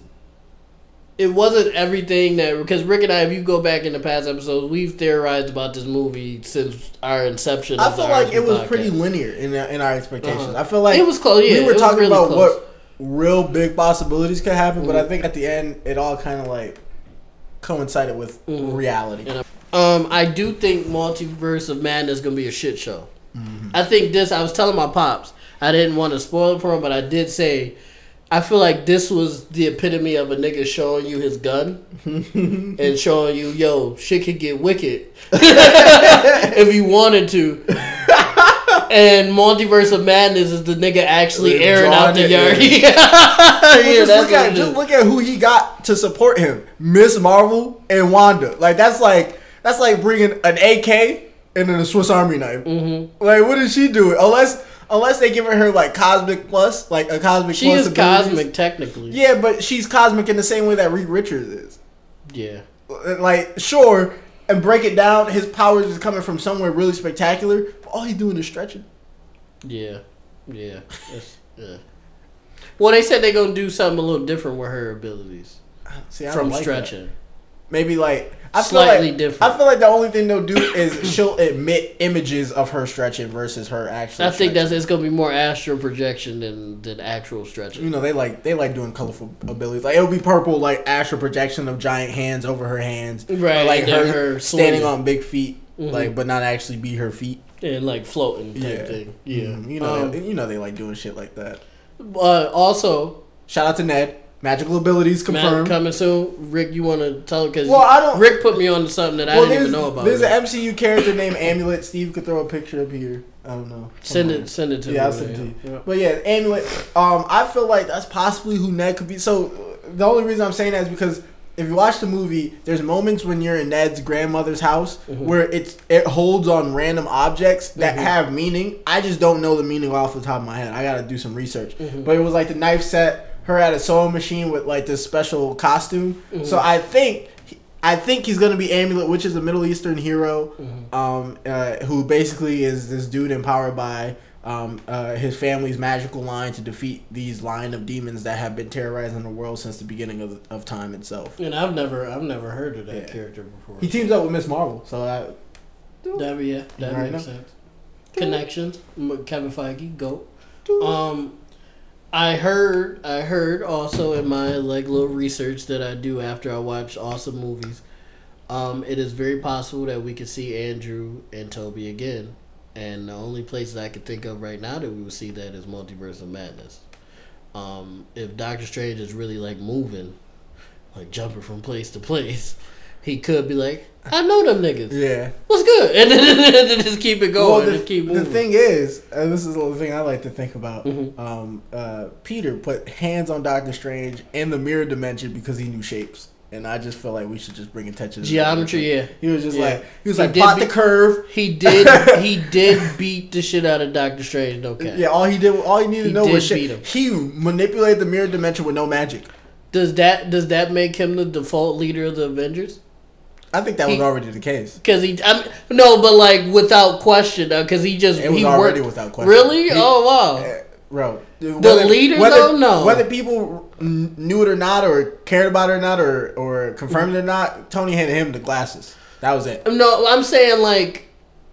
S1: it wasn't everything that because Rick and I, if you go back in the past episodes, we've theorized about this movie since our inception.
S2: I
S1: of the
S2: feel like
S1: RRP
S2: it was
S1: podcast.
S2: pretty linear in our, in our expectations.
S1: Uh-huh.
S2: I feel like
S1: It was close, yeah,
S2: we
S1: it
S2: were
S1: was
S2: talking
S1: really
S2: about
S1: close.
S2: what real big possibilities could happen, but I
S1: Mhm.
S2: think at the end it all kind of like coincided with
S1: Mhm.
S2: reality.
S1: And Um, I do think Multiverse of Madness is gonna be a shit show.
S2: Mm-hmm.
S1: I think this. I was telling my pops I didn't want to spoil it for him, but I did say I feel like this was the epitome of a nigga showing you his gun and showing you, yo, shit could get wicked if you wanted to. And Multiverse of Madness is the nigga actually
S2: Yeah,
S1: airing out the
S2: drawing
S1: yard.
S2: it,
S1: yeah,
S2: Well,
S1: that's
S2: just, look
S1: what
S2: at,
S1: it
S2: just
S1: is.
S2: look at who he got to support him: Miss Marvel and Wanda. Like that's like that's like bringing an AK and then a Swiss Army knife.
S1: Mm-hmm.
S2: Like what is she doing? Unless unless they giving her like cosmic plus, like a cosmic.
S1: She
S2: plus
S1: is
S2: abilities.
S1: cosmic, technically.
S2: Yeah, but she's cosmic in the same way that Reed Richards is.
S1: yeah.
S2: Like, sure, and break it down, his powers is coming from somewhere really spectacular, but all he's doing is stretching.
S1: Yeah, yeah, that's, yeah. Well, they said they're gonna do something a little different with her abilities
S2: See, I
S1: from
S2: don't like that.
S1: stretching.
S2: Maybe like I feel
S1: Slightly
S2: like,
S1: different.
S2: I feel like the only thing they'll do is she'll admit images of her stretching versus her actually.
S1: I think
S2: stretching.
S1: that's it's gonna be more astral projection than than actual stretching.
S2: you know they like they like doing colorful abilities. Like it'll be purple, like astral projection of giant hands over her hands, Or,
S1: Right,
S2: like
S1: and then
S2: her,
S1: her
S2: standing
S1: swinging.
S2: on big feet, like but not actually be her feet.
S1: And like floating type
S2: Mm. Yeah.
S1: thing. Yeah,
S2: Mhm. you know,
S1: Um,
S2: they, you know they like doing shit like that.
S1: uh, also,
S2: Shout out to Ned. Magical abilities
S1: Matt,
S2: confirmed.
S1: coming soon. Rick, you want to tell because
S2: Well, I don't-
S1: Rick put me on to something that I
S2: well,
S1: didn't
S2: there's,
S1: even know about.
S2: there's
S1: Rick.
S2: an MCU character named Amulet. Steve could throw a picture up here. I don't know.
S1: send
S2: Somewhere.
S1: it, send it to me.
S2: Yeah, I'll send it to you.
S1: yeah. Yeah.
S2: But yeah, Amulet. Um, I feel like that's possibly who Ned could be. So uh, the only reason I'm saying that is because if you watch the movie, there's moments when you're in Ned's grandmother's house
S1: Uh-huh.
S2: where it's it holds on random objects that have meaning. I just don't know the meaning off the top of my head. I got to do some research.
S1: Uh-huh.
S2: But it was like the knife set her at a sewing machine with like this special costume.
S1: Uh-huh.
S2: So I think. I think he's gonna be Amulet, which is a Middle Eastern hero, um, uh, who basically is this dude empowered by um, uh, his family's magical line to defeat these line of demons that have been terrorizing the world since the beginning of, of time itself.
S1: And I've never, I've never heard of that
S2: Yeah.
S1: character before.
S2: He teams up with Miss Marvel, so I,
S1: That, yeah, that
S2: Right
S1: makes
S2: now.
S1: sense. Connections, M- Kevin Feige, go. Um, I heard, I heard also in my like little research that I do after I watch awesome movies, um, it is very possible that we could see Andrew and Toby again, and the only places I could think of right now that we would see that is Multiverse of Madness. Um, if Doctor Strange is really like moving, like jumping from place to place, he could be like, I know them niggas
S2: yeah.
S1: what's good? And then, then just keep it
S2: Well,
S1: going.
S2: the,
S1: just keep
S2: the
S1: moving.
S2: thing is, and this is the thing I like to think about.
S1: Mhm.
S2: Um, uh, Peter put hands on Doctor Strange in the mirror dimension because he knew shapes, and I just feel like we should just bring attention to that.
S1: Geometry, yeah.
S2: He was just
S1: Yeah.
S2: like he was
S1: He
S2: like
S1: did
S2: plot
S1: be-
S2: the curve.
S1: He did. he did beat the shit out of Doctor Strange. No cap.
S2: Yeah, all he did, all he needed
S1: He
S2: to know
S1: did
S2: was
S1: beat him.
S2: shit. He manipulated the mirror dimension with no magic.
S1: Does that does that make him the default leader of the Avengers?
S2: I think that was
S1: He-
S2: already the case.
S1: Because he, I mean, no, but like without question, because he just
S2: It was
S1: he
S2: already
S1: worked.
S2: without question.
S1: Really?
S2: He-
S1: oh wow.
S2: Eh, Bro, the
S1: leader, though? No.
S2: Whether people kn- knew it or not, or cared about it or not, or or
S1: Mm-hmm.
S2: confirmed it or not, Tony handed him the glasses. That was it.
S1: No, I'm saying like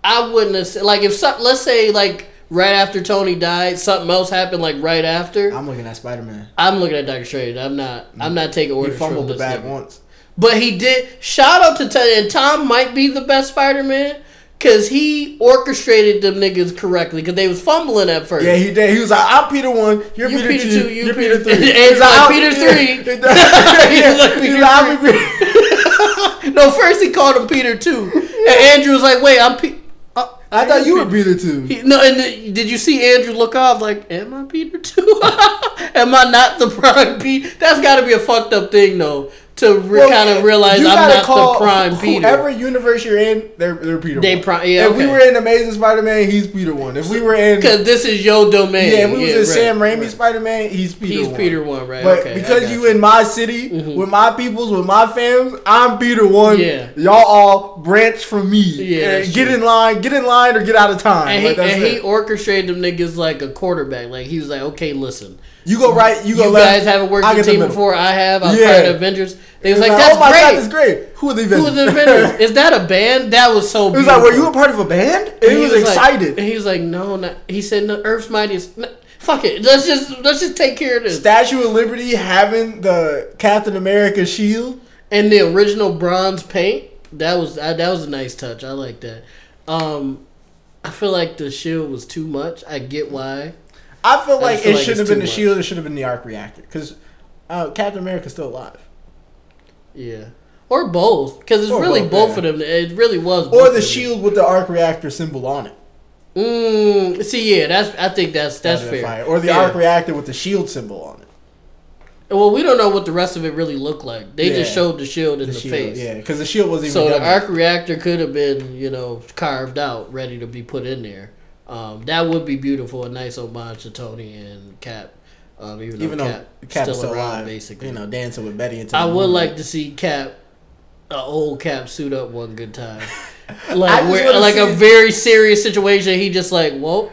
S1: I wouldn't have said- like if some, let's say like right after Tony died, something else happened like right after. I'm,
S2: I'm looking at Spider Man.
S1: looking at Doctor Strange. I'm not. I'm not taking
S2: He
S1: orders
S2: fumbled
S1: from
S2: the
S1: this
S2: bag
S1: nigga.
S2: once.
S1: But he did. Shout out to Tom. And Tom might be the best Spider Man because he orchestrated them niggas correctly because they was fumbling at first.
S2: Yeah, he did. He was like, "I'm Peter one, you're, Peter, two, you you're Peter three,
S1: And
S2: He was
S1: he's like,
S2: "I'm-
S1: "Peter three."
S2: Yeah.
S1: He was like,
S2: He was
S1: "Peter
S2: like, "I'm Peter three."
S1: no, first he called him Peter too, and Andrew was like, "Wait, I'm Peter."
S2: I thought you were Peter too.
S1: No, and then- did you see Andrew look off like, "Am I Peter too? Am I not the prime Peter?" That's got to be a fucked up thing though to re-
S2: Well,
S1: kind of realize I'm
S2: you gotta
S1: not
S2: call
S1: the prime
S2: wh-
S1: Peter.
S2: Whoever universe you're in, they're, they're Peter.
S1: They
S2: one.
S1: pri- yeah,
S2: If we
S1: okay.
S2: were in Amazing Spider-Man, he's Peter one. If we were in, yeah,
S1: Because this is your domain.
S2: if we was in
S1: right,
S2: Sam Raimi
S1: right.
S2: Spider-Man, he's Peter.
S1: He's
S2: one.
S1: Peter one, right?
S2: But
S1: okay, I
S2: because
S1: got
S2: you in my city with my peoples, with my fams, I'm Peter one.
S1: Yeah.
S2: y'all all branch from me.
S1: Yeah,
S2: And
S1: that's
S2: get
S1: true.
S2: in line, get in line, or get out of time.
S1: and,
S2: Like,
S1: he,
S2: that's
S1: and
S2: it.
S1: he orchestrated them niggas like a quarterback. Like he was like, okay, listen,
S2: You go right. You
S1: You,
S2: go left.
S1: guys haven't worked
S2: I
S1: with
S2: get the
S1: team
S2: middle.
S1: before. I have. I'm
S2: Yeah.
S1: part of Avengers. They was
S2: It's
S1: like, that's
S2: oh my god,
S1: great.
S2: that's great. Who are the
S1: Who was the Avengers? Is that a band? That was so
S2: It was
S1: beautiful.
S2: like, were you a part of a band? And he, was, excited.
S1: Like, and he was like, no, not. He said, no, Earth's Mightiest. No, fuck it. Let's just let's just take care of this.
S2: Statue of Liberty having the Captain America shield.
S1: And the original bronze paint. That was I, that was a nice touch. I like that. Um, I feel like the shield was too much. I get why.
S2: I feel
S1: I just
S2: like
S1: feel
S2: it
S1: like
S2: should
S1: it's
S2: have been
S1: too
S2: the
S1: much.
S2: shield. It should have been the arc reactor because uh, Captain America's still alive.
S1: Yeah. Or both, because it's
S2: Or
S1: really
S2: both,
S1: both,
S2: yeah.
S1: of them. It really was. both
S2: Or
S1: of
S2: the
S1: them.
S2: shield with the arc reactor symbol on it.
S1: Mm, see, yeah, that's. I think that's that's
S2: That'd
S1: fair.
S2: be fire. Or the
S1: yeah.
S2: arc reactor with the shield symbol on it.
S1: Well, we don't know what the rest of it really looked like. They just
S2: Yeah.
S1: showed the shield in
S2: The
S1: the,
S2: shield,
S1: face.
S2: yeah, E. because the shield wasn't even.
S1: So the
S2: done yet.
S1: arc reactor could have been, you know, carved out, ready to be put in there. Um, that would be beautiful, a nice homage to Tony and Cap. Um, even,
S2: even
S1: though
S2: though
S1: Cap
S2: Cap's
S1: still,
S2: still
S1: around,
S2: alive,
S1: basically.
S2: you know, dancing with Betty. Until
S1: I
S2: the
S1: would
S2: moon.
S1: like to see Cap, an old Cap, suit up one good time.
S2: I
S1: Like
S2: just
S1: where,
S2: wanna
S1: like a
S2: see-
S1: very serious situation, he just like, whoa.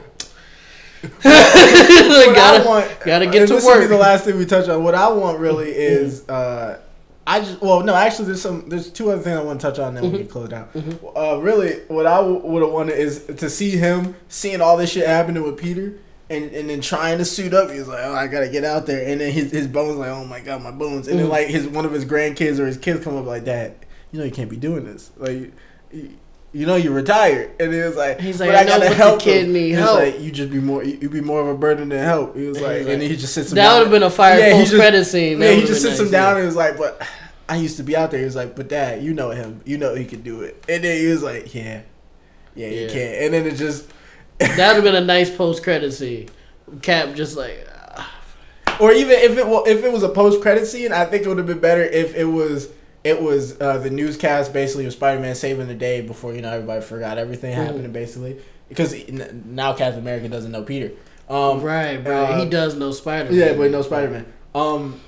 S2: What
S1: gotta,
S2: I want, Uh,
S1: gotta get
S2: and
S1: to
S2: this will be
S1: work. Mm-hmm.
S2: the last thing we touch on. What I want really is, uh, I just well, no, actually, there's some, there's two other things I want to touch on. Then
S1: Mm-hmm.
S2: we can close down. Uh, really, what I would have wanted is to see him seeing all this shit happening with Peter. And, and then trying to suit up, he's like, "Oh, I gotta get out there." And then his, his bones, like, "Oh my god, my bones!" And then
S1: Mhm.
S2: like his one of his grandkids or his kids come up like, "Dad, you know you can't be doing this. Like, you, you know you're retired." And it was like,
S1: He's like,
S2: "But
S1: "I know what the kid
S2: him."
S1: need
S2: He was
S1: help.
S2: like, you just be more you be more of a burden than help. He was
S1: He
S2: like,
S1: was
S2: and
S1: like-
S2: he just sits him
S1: That
S2: down.
S1: would have been a fire
S2: Yeah, he
S1: post
S2: just-
S1: credit scene. That
S2: yeah, he
S1: would've
S2: just
S1: been
S2: sits him
S1: nice, yeah.
S2: down and was like, but I used to be out there. He was like, but dad, you know him, you know he could do it. And then he was like, yeah, yeah, you
S1: Yeah.
S2: can. And then it just
S1: That would have been a nice post credit scene. Cap just like, ah.
S2: or even if it well, if it was a post credit scene, I think it would have been better if it was. It was uh, the newscast basically of Spider Man saving the day before you know everybody forgot everything happening basically because n- now Captain America doesn't know Peter. Um,
S1: right, bro.
S2: Uh,
S1: he does know Spider Man.
S2: Yeah, but no Spider Man. Um,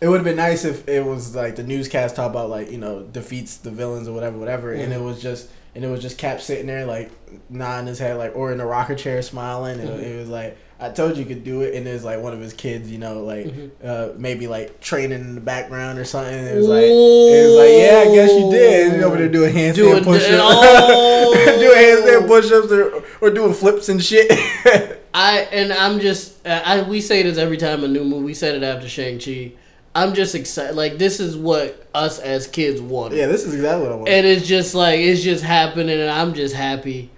S2: it would have been nice if it was like the newscast talk about like you know defeats the villains or whatever, whatever,
S1: Mm-hmm.
S2: and it was just and it was just Cap sitting there like nodding his head like or in a rocker chair smiling,
S1: Mm-hmm.
S2: and it was like. I told you you could do it, and it was like one of his kids, you know, like
S1: Mm-hmm.
S2: uh, maybe like training in the background or something. And it was like, it was like, yeah, I guess you did. And he's over there doing handstand
S1: Doing-
S2: push-ups,
S1: oh.
S2: doing handstand push-ups, or, or doing flips and shit.
S1: I and I'm just uh, I I- we say this every time a new movie. We said it after Shang Chi. I'm just excited. Like this is what us as kids wanted,
S2: yeah, this is exactly what I want.
S1: and it's just like it's just happening, and I'm just happy.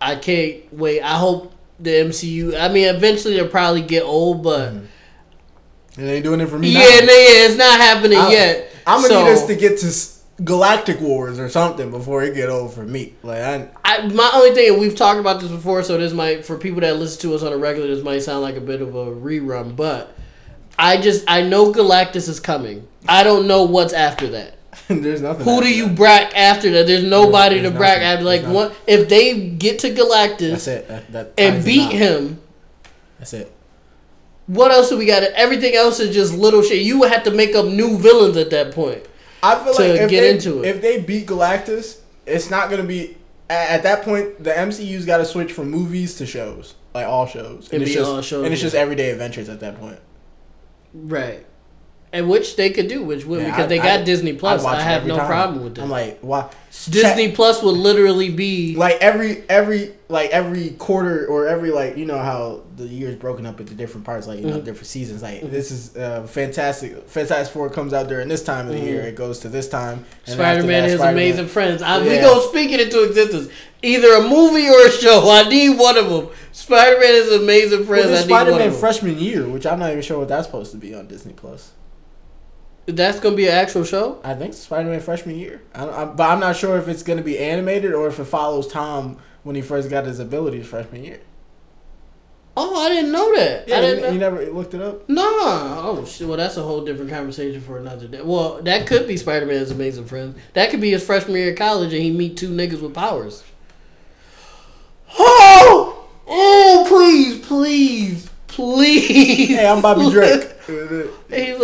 S1: I can't wait. I hope the MCU. I mean, eventually they'll probably get old, but
S2: Mm-hmm. And they ain't doing it for me.
S1: yeah,
S2: now.
S1: yeah, it's not happening
S2: I-
S1: yet.
S2: I'm gonna
S1: So-
S2: need us to get to s- Galactic Wars or something before it get old for me. Like, I,
S1: I, my only thing, and we've talked about this before, so this might for people that listen to us on a regular, this might sound like a bit of a rerun, but I just I know Galactus is coming. I don't know what's after that.
S2: there's nothing.
S1: Who
S2: after
S1: do you
S2: that.
S1: brack after that? There's nobody
S2: there's
S1: to brack
S2: nothing.
S1: after. Like
S2: There's
S1: one, if they get to
S2: That's
S1: Galactus
S2: it. That, that ties
S1: and
S2: it
S1: beat
S2: out.
S1: him,
S2: That's it.
S1: what else do we got? Everything else is just little shit. You would have to make up new villains at that point.
S2: I feel
S1: to
S2: like if
S1: get
S2: they,
S1: into it.
S2: if they beat Galactus, it's not gonna be. a- At that point, the MCU's got to switch from movies to shows, like all shows,
S1: It'd
S2: and it's
S1: be
S2: just
S1: all shows,
S2: and it's
S1: yeah.
S2: just everyday adventures at that point.
S1: Right. And which they could do, which would
S2: Yeah,
S1: because
S2: I-
S1: they
S2: I-
S1: got Disney Plus.
S2: watch
S1: I
S2: it
S1: have
S2: every
S1: no
S2: time.
S1: problem with that.
S2: I'm like, why
S1: Disney Plus would literally be
S2: like every every like every quarter or every like you know how the year is broken up into different parts like you
S1: Mm-hmm.
S2: know different seasons like this is uh, fantastic fantastic four comes out during this time of the year it goes to this time and after
S1: Spider Man
S2: that,
S1: and his
S2: Spider-Man-
S1: Mm-hmm. amazing friends. I, We
S2: Yeah.
S1: go speak it into existence. Either a movie or a show. I need one of them. Spider Man is amazing friends.
S2: well, there's
S1: I need one of
S2: Spider-Man
S1: them.
S2: freshman year which I'm not even sure what that's supposed to be on Disney Plus
S1: That's gonna be an actual show.
S2: I think Spider-Man freshman year I don't, I, but I'm not sure if it's going to be animated or if it follows Tom when he first got his abilities freshman year
S1: Oh, I didn't know that.
S2: yeah
S1: I
S2: you,
S1: didn't.
S2: you
S1: know.
S2: never looked it up
S1: Nah. Oh shit. Well, that's a whole different conversation for another day. Well, that could be Spider Man's amazing friends. That could be his freshman year of college, and he meet two niggas with powers. Oh, oh, please, please, please.
S2: hey I'm Bobby Drake
S1: He's like, it,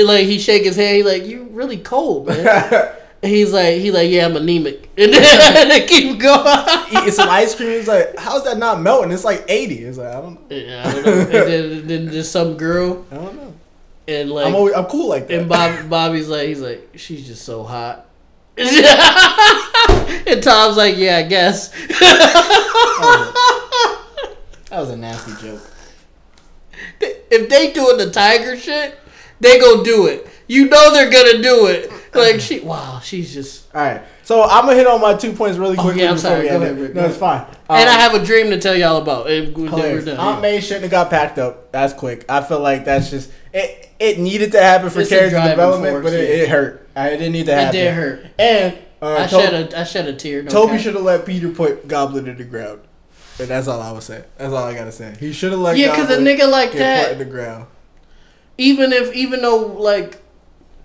S1: it, like he shake his hand. He like, you really cold, man. He's like, he like, yeah, I'm anemic, and then, and then keep going.
S2: Eating some ice cream. It's like, how's that not melting? It's like 80. It's like, I don't,
S1: Yeah, I don't know. And then, then there's some girl,
S2: I don't know.
S1: and like,
S2: I'm always, I'm cool like that.
S1: and Bob, Bobby's like, he's like, she's just so hot. and Tom's like, yeah, I guess.
S2: that was a nasty joke.
S1: if they doing the tiger shit, they gonna do it. You know they're gonna do it. Like she, wow, she's just.
S2: All right, so I'm gonna hit on my two points really quickly.
S1: Oh, yeah, I'm
S2: before
S1: sorry.
S2: we
S1: Go
S2: end
S1: ahead,
S2: it.
S1: Rick.
S2: No, it's fine.
S1: and I
S2: Um,
S1: have a dream to tell y'all about. And then we're
S2: Hilarious.
S1: done.
S2: Aunt May shouldn't have got packed up as quick. I feel like that's just it. It needed to happen for
S1: It's a
S2: character
S1: driving
S2: development,
S1: force,
S2: but it,
S1: yeah.
S2: it hurt. I, it didn't need to
S1: It
S2: happen.
S1: did hurt.
S2: And uh,
S1: I
S2: Tob-
S1: shed a I shed a tear. no
S2: Toby
S1: cap.
S2: should have let Peter put Goblin to the ground. And that's all I was saying. That's all I gotta say. He should have let
S1: Yeah, because a
S2: Goblin
S1: nigga like
S2: get put in
S1: that,
S2: the ground.
S1: even if even though like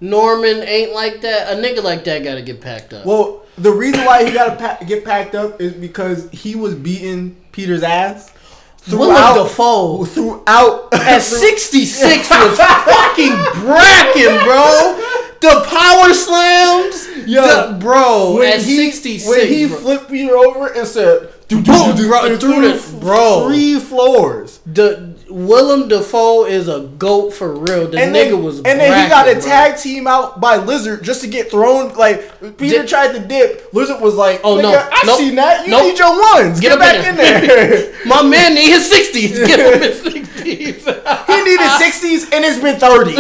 S1: Norman ain't like that, a nigga like that gotta get packed up.
S2: Well, the reason why he gotta pa- get packed up is because he was beating Peter's ass
S1: Willem
S2: throughout.
S1: Dafoe
S2: Throughout
S1: at sixty six was fucking bracking, bro. The power slams,
S2: Yo,
S1: the- bro.
S2: when
S1: at
S2: he-
S1: sixty six,
S2: when he flipped Peter over and said, "Do do do
S1: bro,
S2: do,"
S1: through the-
S2: f-
S1: bro.
S2: three floors."
S1: the Willem Dafoe is a goat for real. The
S2: And
S1: nigga
S2: then,
S1: was
S2: and then he got
S1: bracking,
S2: a
S1: bro.
S2: tag team out by Lizard just to get thrown. Like Peter
S1: Did-
S2: tried to dip, Lizard was like,
S1: Oh,
S2: "Nigga,
S1: no.
S2: I
S1: Nope.
S2: seen that. You
S1: Nope.
S2: need your ones. Get,
S1: Get up
S2: back
S1: in
S2: in there."
S1: My man need his sixties. Give him his sixties.
S2: he needed sixties, and it's been thirty.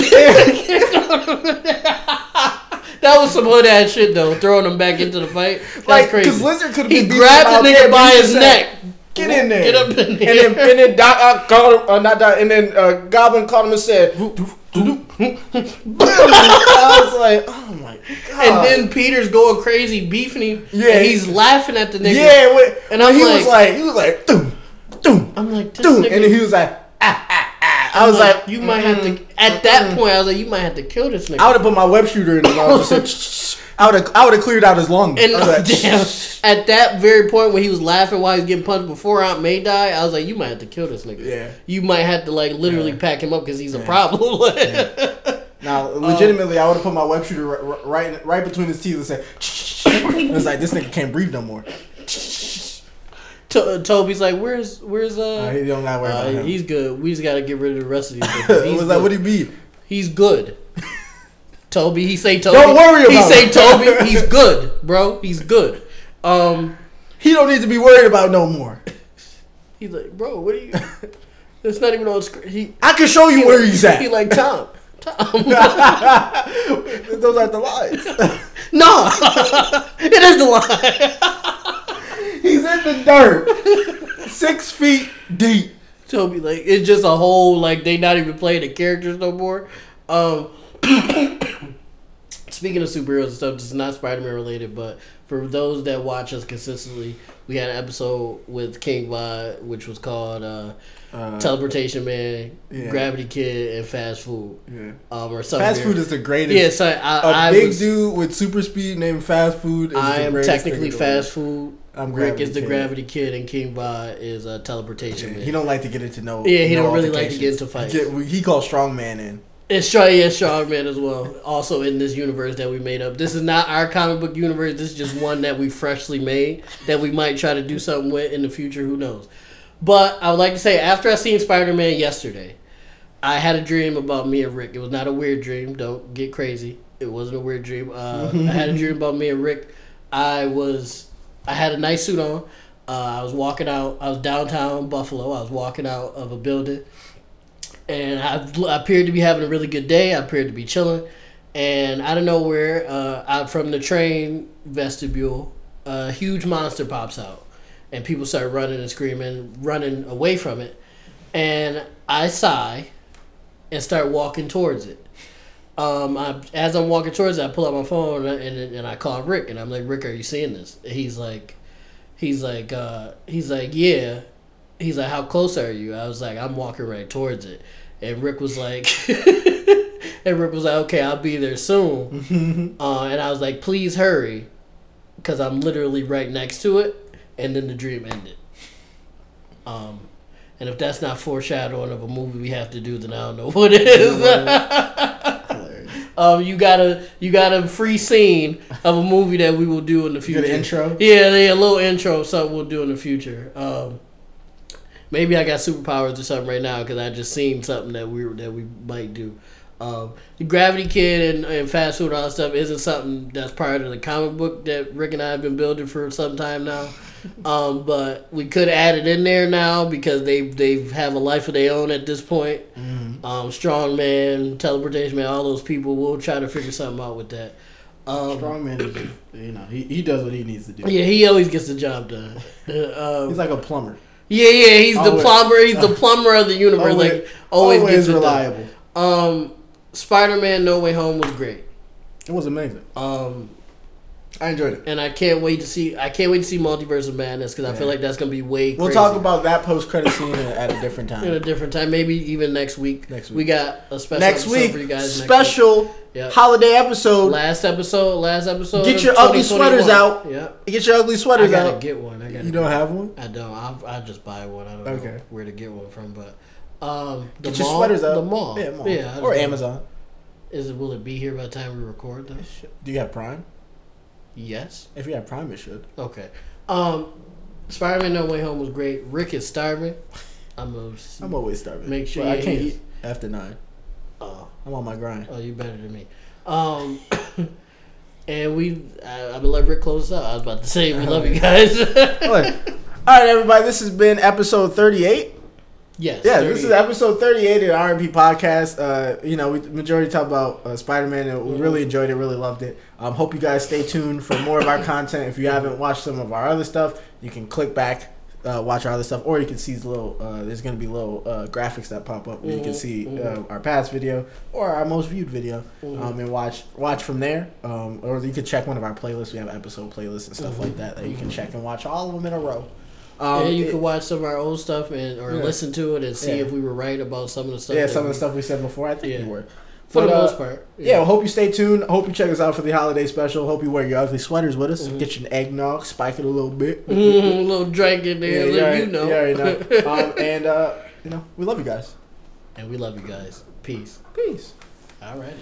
S1: That was some hood ass shit though, throwing him back into the fight. That's
S2: like
S1: crazy.
S2: because Lizard could have
S1: he grabbed the nigga by his neck.
S2: Get in there.
S1: Get up in there.
S2: And then, and then Doc Ock called him, uh, not Doc, and then uh, Goblin called him and said, I was like, oh my god.
S1: And then Peter's going crazy beefing him.
S2: Yeah,
S1: and
S2: he-
S1: he's laughing at the nigga.
S2: yeah, when,
S1: And I'm
S2: he
S1: like-
S2: was like, he was like, doom, doom,
S1: I'm like, this
S2: doom,
S1: nigga,
S2: and then he was like, ah, ah, ah. I was
S1: like, mm.
S2: like, mm-hmm.
S1: you might have to. At that point, I was like, you might have to kill this nigga.
S2: I would have put my web shooter in. And I would have said, I would have, I would have cleared out his lung.
S1: and
S2: I was like,
S1: damn, at that very point when he was laughing while he was getting punched before Aunt May died, I was like, you might have to kill this nigga.
S2: Yeah.
S1: You might have to like literally pack him up because he's a problem.
S2: Now, legitimately, I would have put my web shooter ri- ri- right, right, between his teeth and said, and it's like this nigga can't breathe no more.
S1: To- Toby's like, where's where's uh?
S2: Uh, he don't gotta worry
S1: Uh,
S2: about him.
S1: he's good. We just gotta get rid of the rest of these.
S2: I
S1: Niggas. He's
S2: was
S1: good.
S2: like, what do you mean?
S1: he's good. Toby, he say Toby.
S2: Don't worry
S1: He
S2: about
S1: say
S2: it.
S1: Toby. He's good, bro. He's good. Um,
S2: He don't need to be worried about no more.
S1: he's like, bro, what are you? It's not even on screen. He,
S2: I can show you where he's
S1: he
S2: at.
S1: like Tom. Tom.
S2: Those aren't the lies.
S1: no, it is the line.
S2: He's in the dirt, six feet deep.
S1: Toby, like, it's just a whole like they not even playing the characters no more. Um, speaking of superheroes and stuff, this is not Spider Man related, but for those that watch us consistently, we had an episode with King Vod, which was called uh, Teleportation Man,
S2: yeah.
S1: Gravity Kid, and Fast Food. Um, or something.
S2: Fast food is the greatest.
S1: yeah. So I,
S2: a
S1: I
S2: big
S1: was,
S2: dude with super speed named Fast Food. Is
S1: I
S2: the
S1: am
S2: greatest
S1: technically
S2: thing in the world.
S1: Fast Food.
S2: I'm
S1: Rick
S2: Gravity
S1: is the
S2: Kid.
S1: Gravity Kid, and King Vod is uh, Teleportation Man.
S2: He don't like to get into no.
S1: Yeah, he
S2: no
S1: don't really like to get
S2: altercations.
S1: into fights.
S2: He, get- he calls strongman in.
S1: It's Shaw, yeah, Shaw Man as well. Also in this universe that we made up. This is not our comic book universe. This is just one that we freshly made that we might try to do something with in the future. Who knows? But I would like to say, after I seen Spider Man yesterday, I had a dream about me and Rick. It was not a weird dream. Don't get crazy. It wasn't a weird dream. Uh, I had a dream about me and Rick. I was, I had a nice suit on. Uh, I was walking out. I was downtown Buffalo. I was walking out of a building and I, I appeared to be having a really good day. I appeared to be chilling, and out of nowhere, uh, out from the train vestibule, a huge monster pops out, and people start running and screaming, running away from it, and I sigh, and start walking towards it. Um, I, as I'm walking towards it, I pull out my phone and, and, and I call Rick, and I'm like, Rick, are you seeing this? And he's like, he's like, uh, he's like, yeah. He's like, how close are you? I was like, I'm walking right towards it. And Rick was like, and Rick was like, okay, I'll be there soon. uh, and I was like, please hurry, because I'm literally right next to it. And then the dream ended. Um, and if that's not foreshadowing of a movie we have to do, then I don't know what is. Um, you got a you got a free scene of a movie that we will do in the future.
S2: Good intro.
S1: Yeah, yeah, a little intro of something we'll do in the future. Um, maybe I got superpowers or something right now because I just seen something that we that we might do. Um, the Gravity Kid and, and fast food and all that stuff isn't something that's prior to the comic book that Rick and I have been building for some time now. Um, but we could add it in there now because they they have a life of their own at this point. Um, strongman, teleportation man, all those people. We'll try to figure something out with that. Um,
S2: Strongman, is, you know, he, he does what he needs to do.
S1: yeah, he always gets the job done. um,
S2: He's like a plumber.
S1: yeah, yeah, he's the
S2: Always.
S1: plumber. He's the plumber of the universe.
S2: Always,
S1: like
S2: always,
S1: always, gets it done.
S2: reliable.
S1: Um, Spider-Man: No Way Home was great.
S2: It was amazing.
S1: Um,
S2: I enjoyed it.
S1: and I can't wait to see. I can't wait to see Multiverse of Madness because I feel
S2: Yeah.
S1: like that's gonna be way.
S2: We'll
S1: crazy.
S2: talk about that post credit scene at a different
S1: at a
S2: time.
S1: different time, maybe even next week.
S2: Next
S1: we
S2: week.
S1: got a special
S2: Next
S1: episode
S2: week,
S1: for you guys. next week.
S2: special
S1: Yep.
S2: holiday episode.
S1: last episode. Last episode.
S2: Get
S1: of
S2: your ugly sweaters
S1: 2021. Yep.
S2: Get your ugly
S1: I
S2: sweaters
S1: gotta
S2: out.
S1: get one. I gotta.
S2: You don't have one?
S1: I don't. I'll, I'll just buy one. I don't know
S2: Okay.
S1: where to get one from, but um, the
S2: Get
S1: mall,
S2: your sweaters out.
S1: The mall.
S2: Yeah, mall.
S1: Yeah, I
S2: or
S1: don't-
S2: Amazon.
S1: Is it? Will it be here by the time we record? Though.
S2: Do you have Prime?
S1: Yes.
S2: If you have Prime, it should.
S1: Okay. Um, Spider-Man: No Way Home was great. Rick is starving. I'm gonna. see-
S2: I'm always starving.
S1: Make sure
S2: But I
S1: you
S2: can't
S1: eat.
S2: eat after nine.
S1: Oh,
S2: I'm on my grind.
S1: oh, you better than me. Um, and we. I, I'm gonna let Rick close us out. I was about to say we love you guys.
S2: Look. All right, everybody. This has been episode 38.
S1: yes.
S2: Yeah, this is
S1: 38.
S2: episode 38 of the RMP podcast. Uh, you know, we majority talk about uh, Spider Man, and we really enjoyed it, really loved it. Um, hope you guys stay tuned for more of our content. If you haven't watched some of our other stuff, you can click back, uh, watch our other stuff, or you can see the little. Uh, there's going to be little uh, graphics that pop up where you can
S1: Mhm,
S2: see
S1: mhm.
S2: uh, our past video or our most viewed video,
S1: Mhm.
S2: um, and watch watch from there. Um, or you can check one of our playlists. We have episode playlists and stuff like that that you can check and watch all of them in a row. Um,
S1: and Mm-hmm. you
S2: it-
S1: can watch some of our old stuff and or
S2: Yeah.
S1: listen to it and see
S2: Yeah.
S1: if we were right about some of the stuff.
S2: yeah,
S1: that
S2: some of
S1: we-
S2: the stuff we said before, I think
S1: Yeah.
S2: you were.
S1: for
S2: But,
S1: the
S2: uh,
S1: most part.
S2: Yeah, well, hope you stay tuned. Hope you check us out for the holiday special. Hope you wear your ugly sweaters with
S1: Mm-hmm.
S2: us. Get you an eggnog, spike it a little bit.
S1: Mm, a little drink in
S2: Yeah,
S1: there,
S2: you
S1: little-
S2: already-
S1: you know.
S2: you already know. um, and, uh, you know, we love you guys.
S1: and we love you guys. Peace.
S2: Peace.
S1: All righty.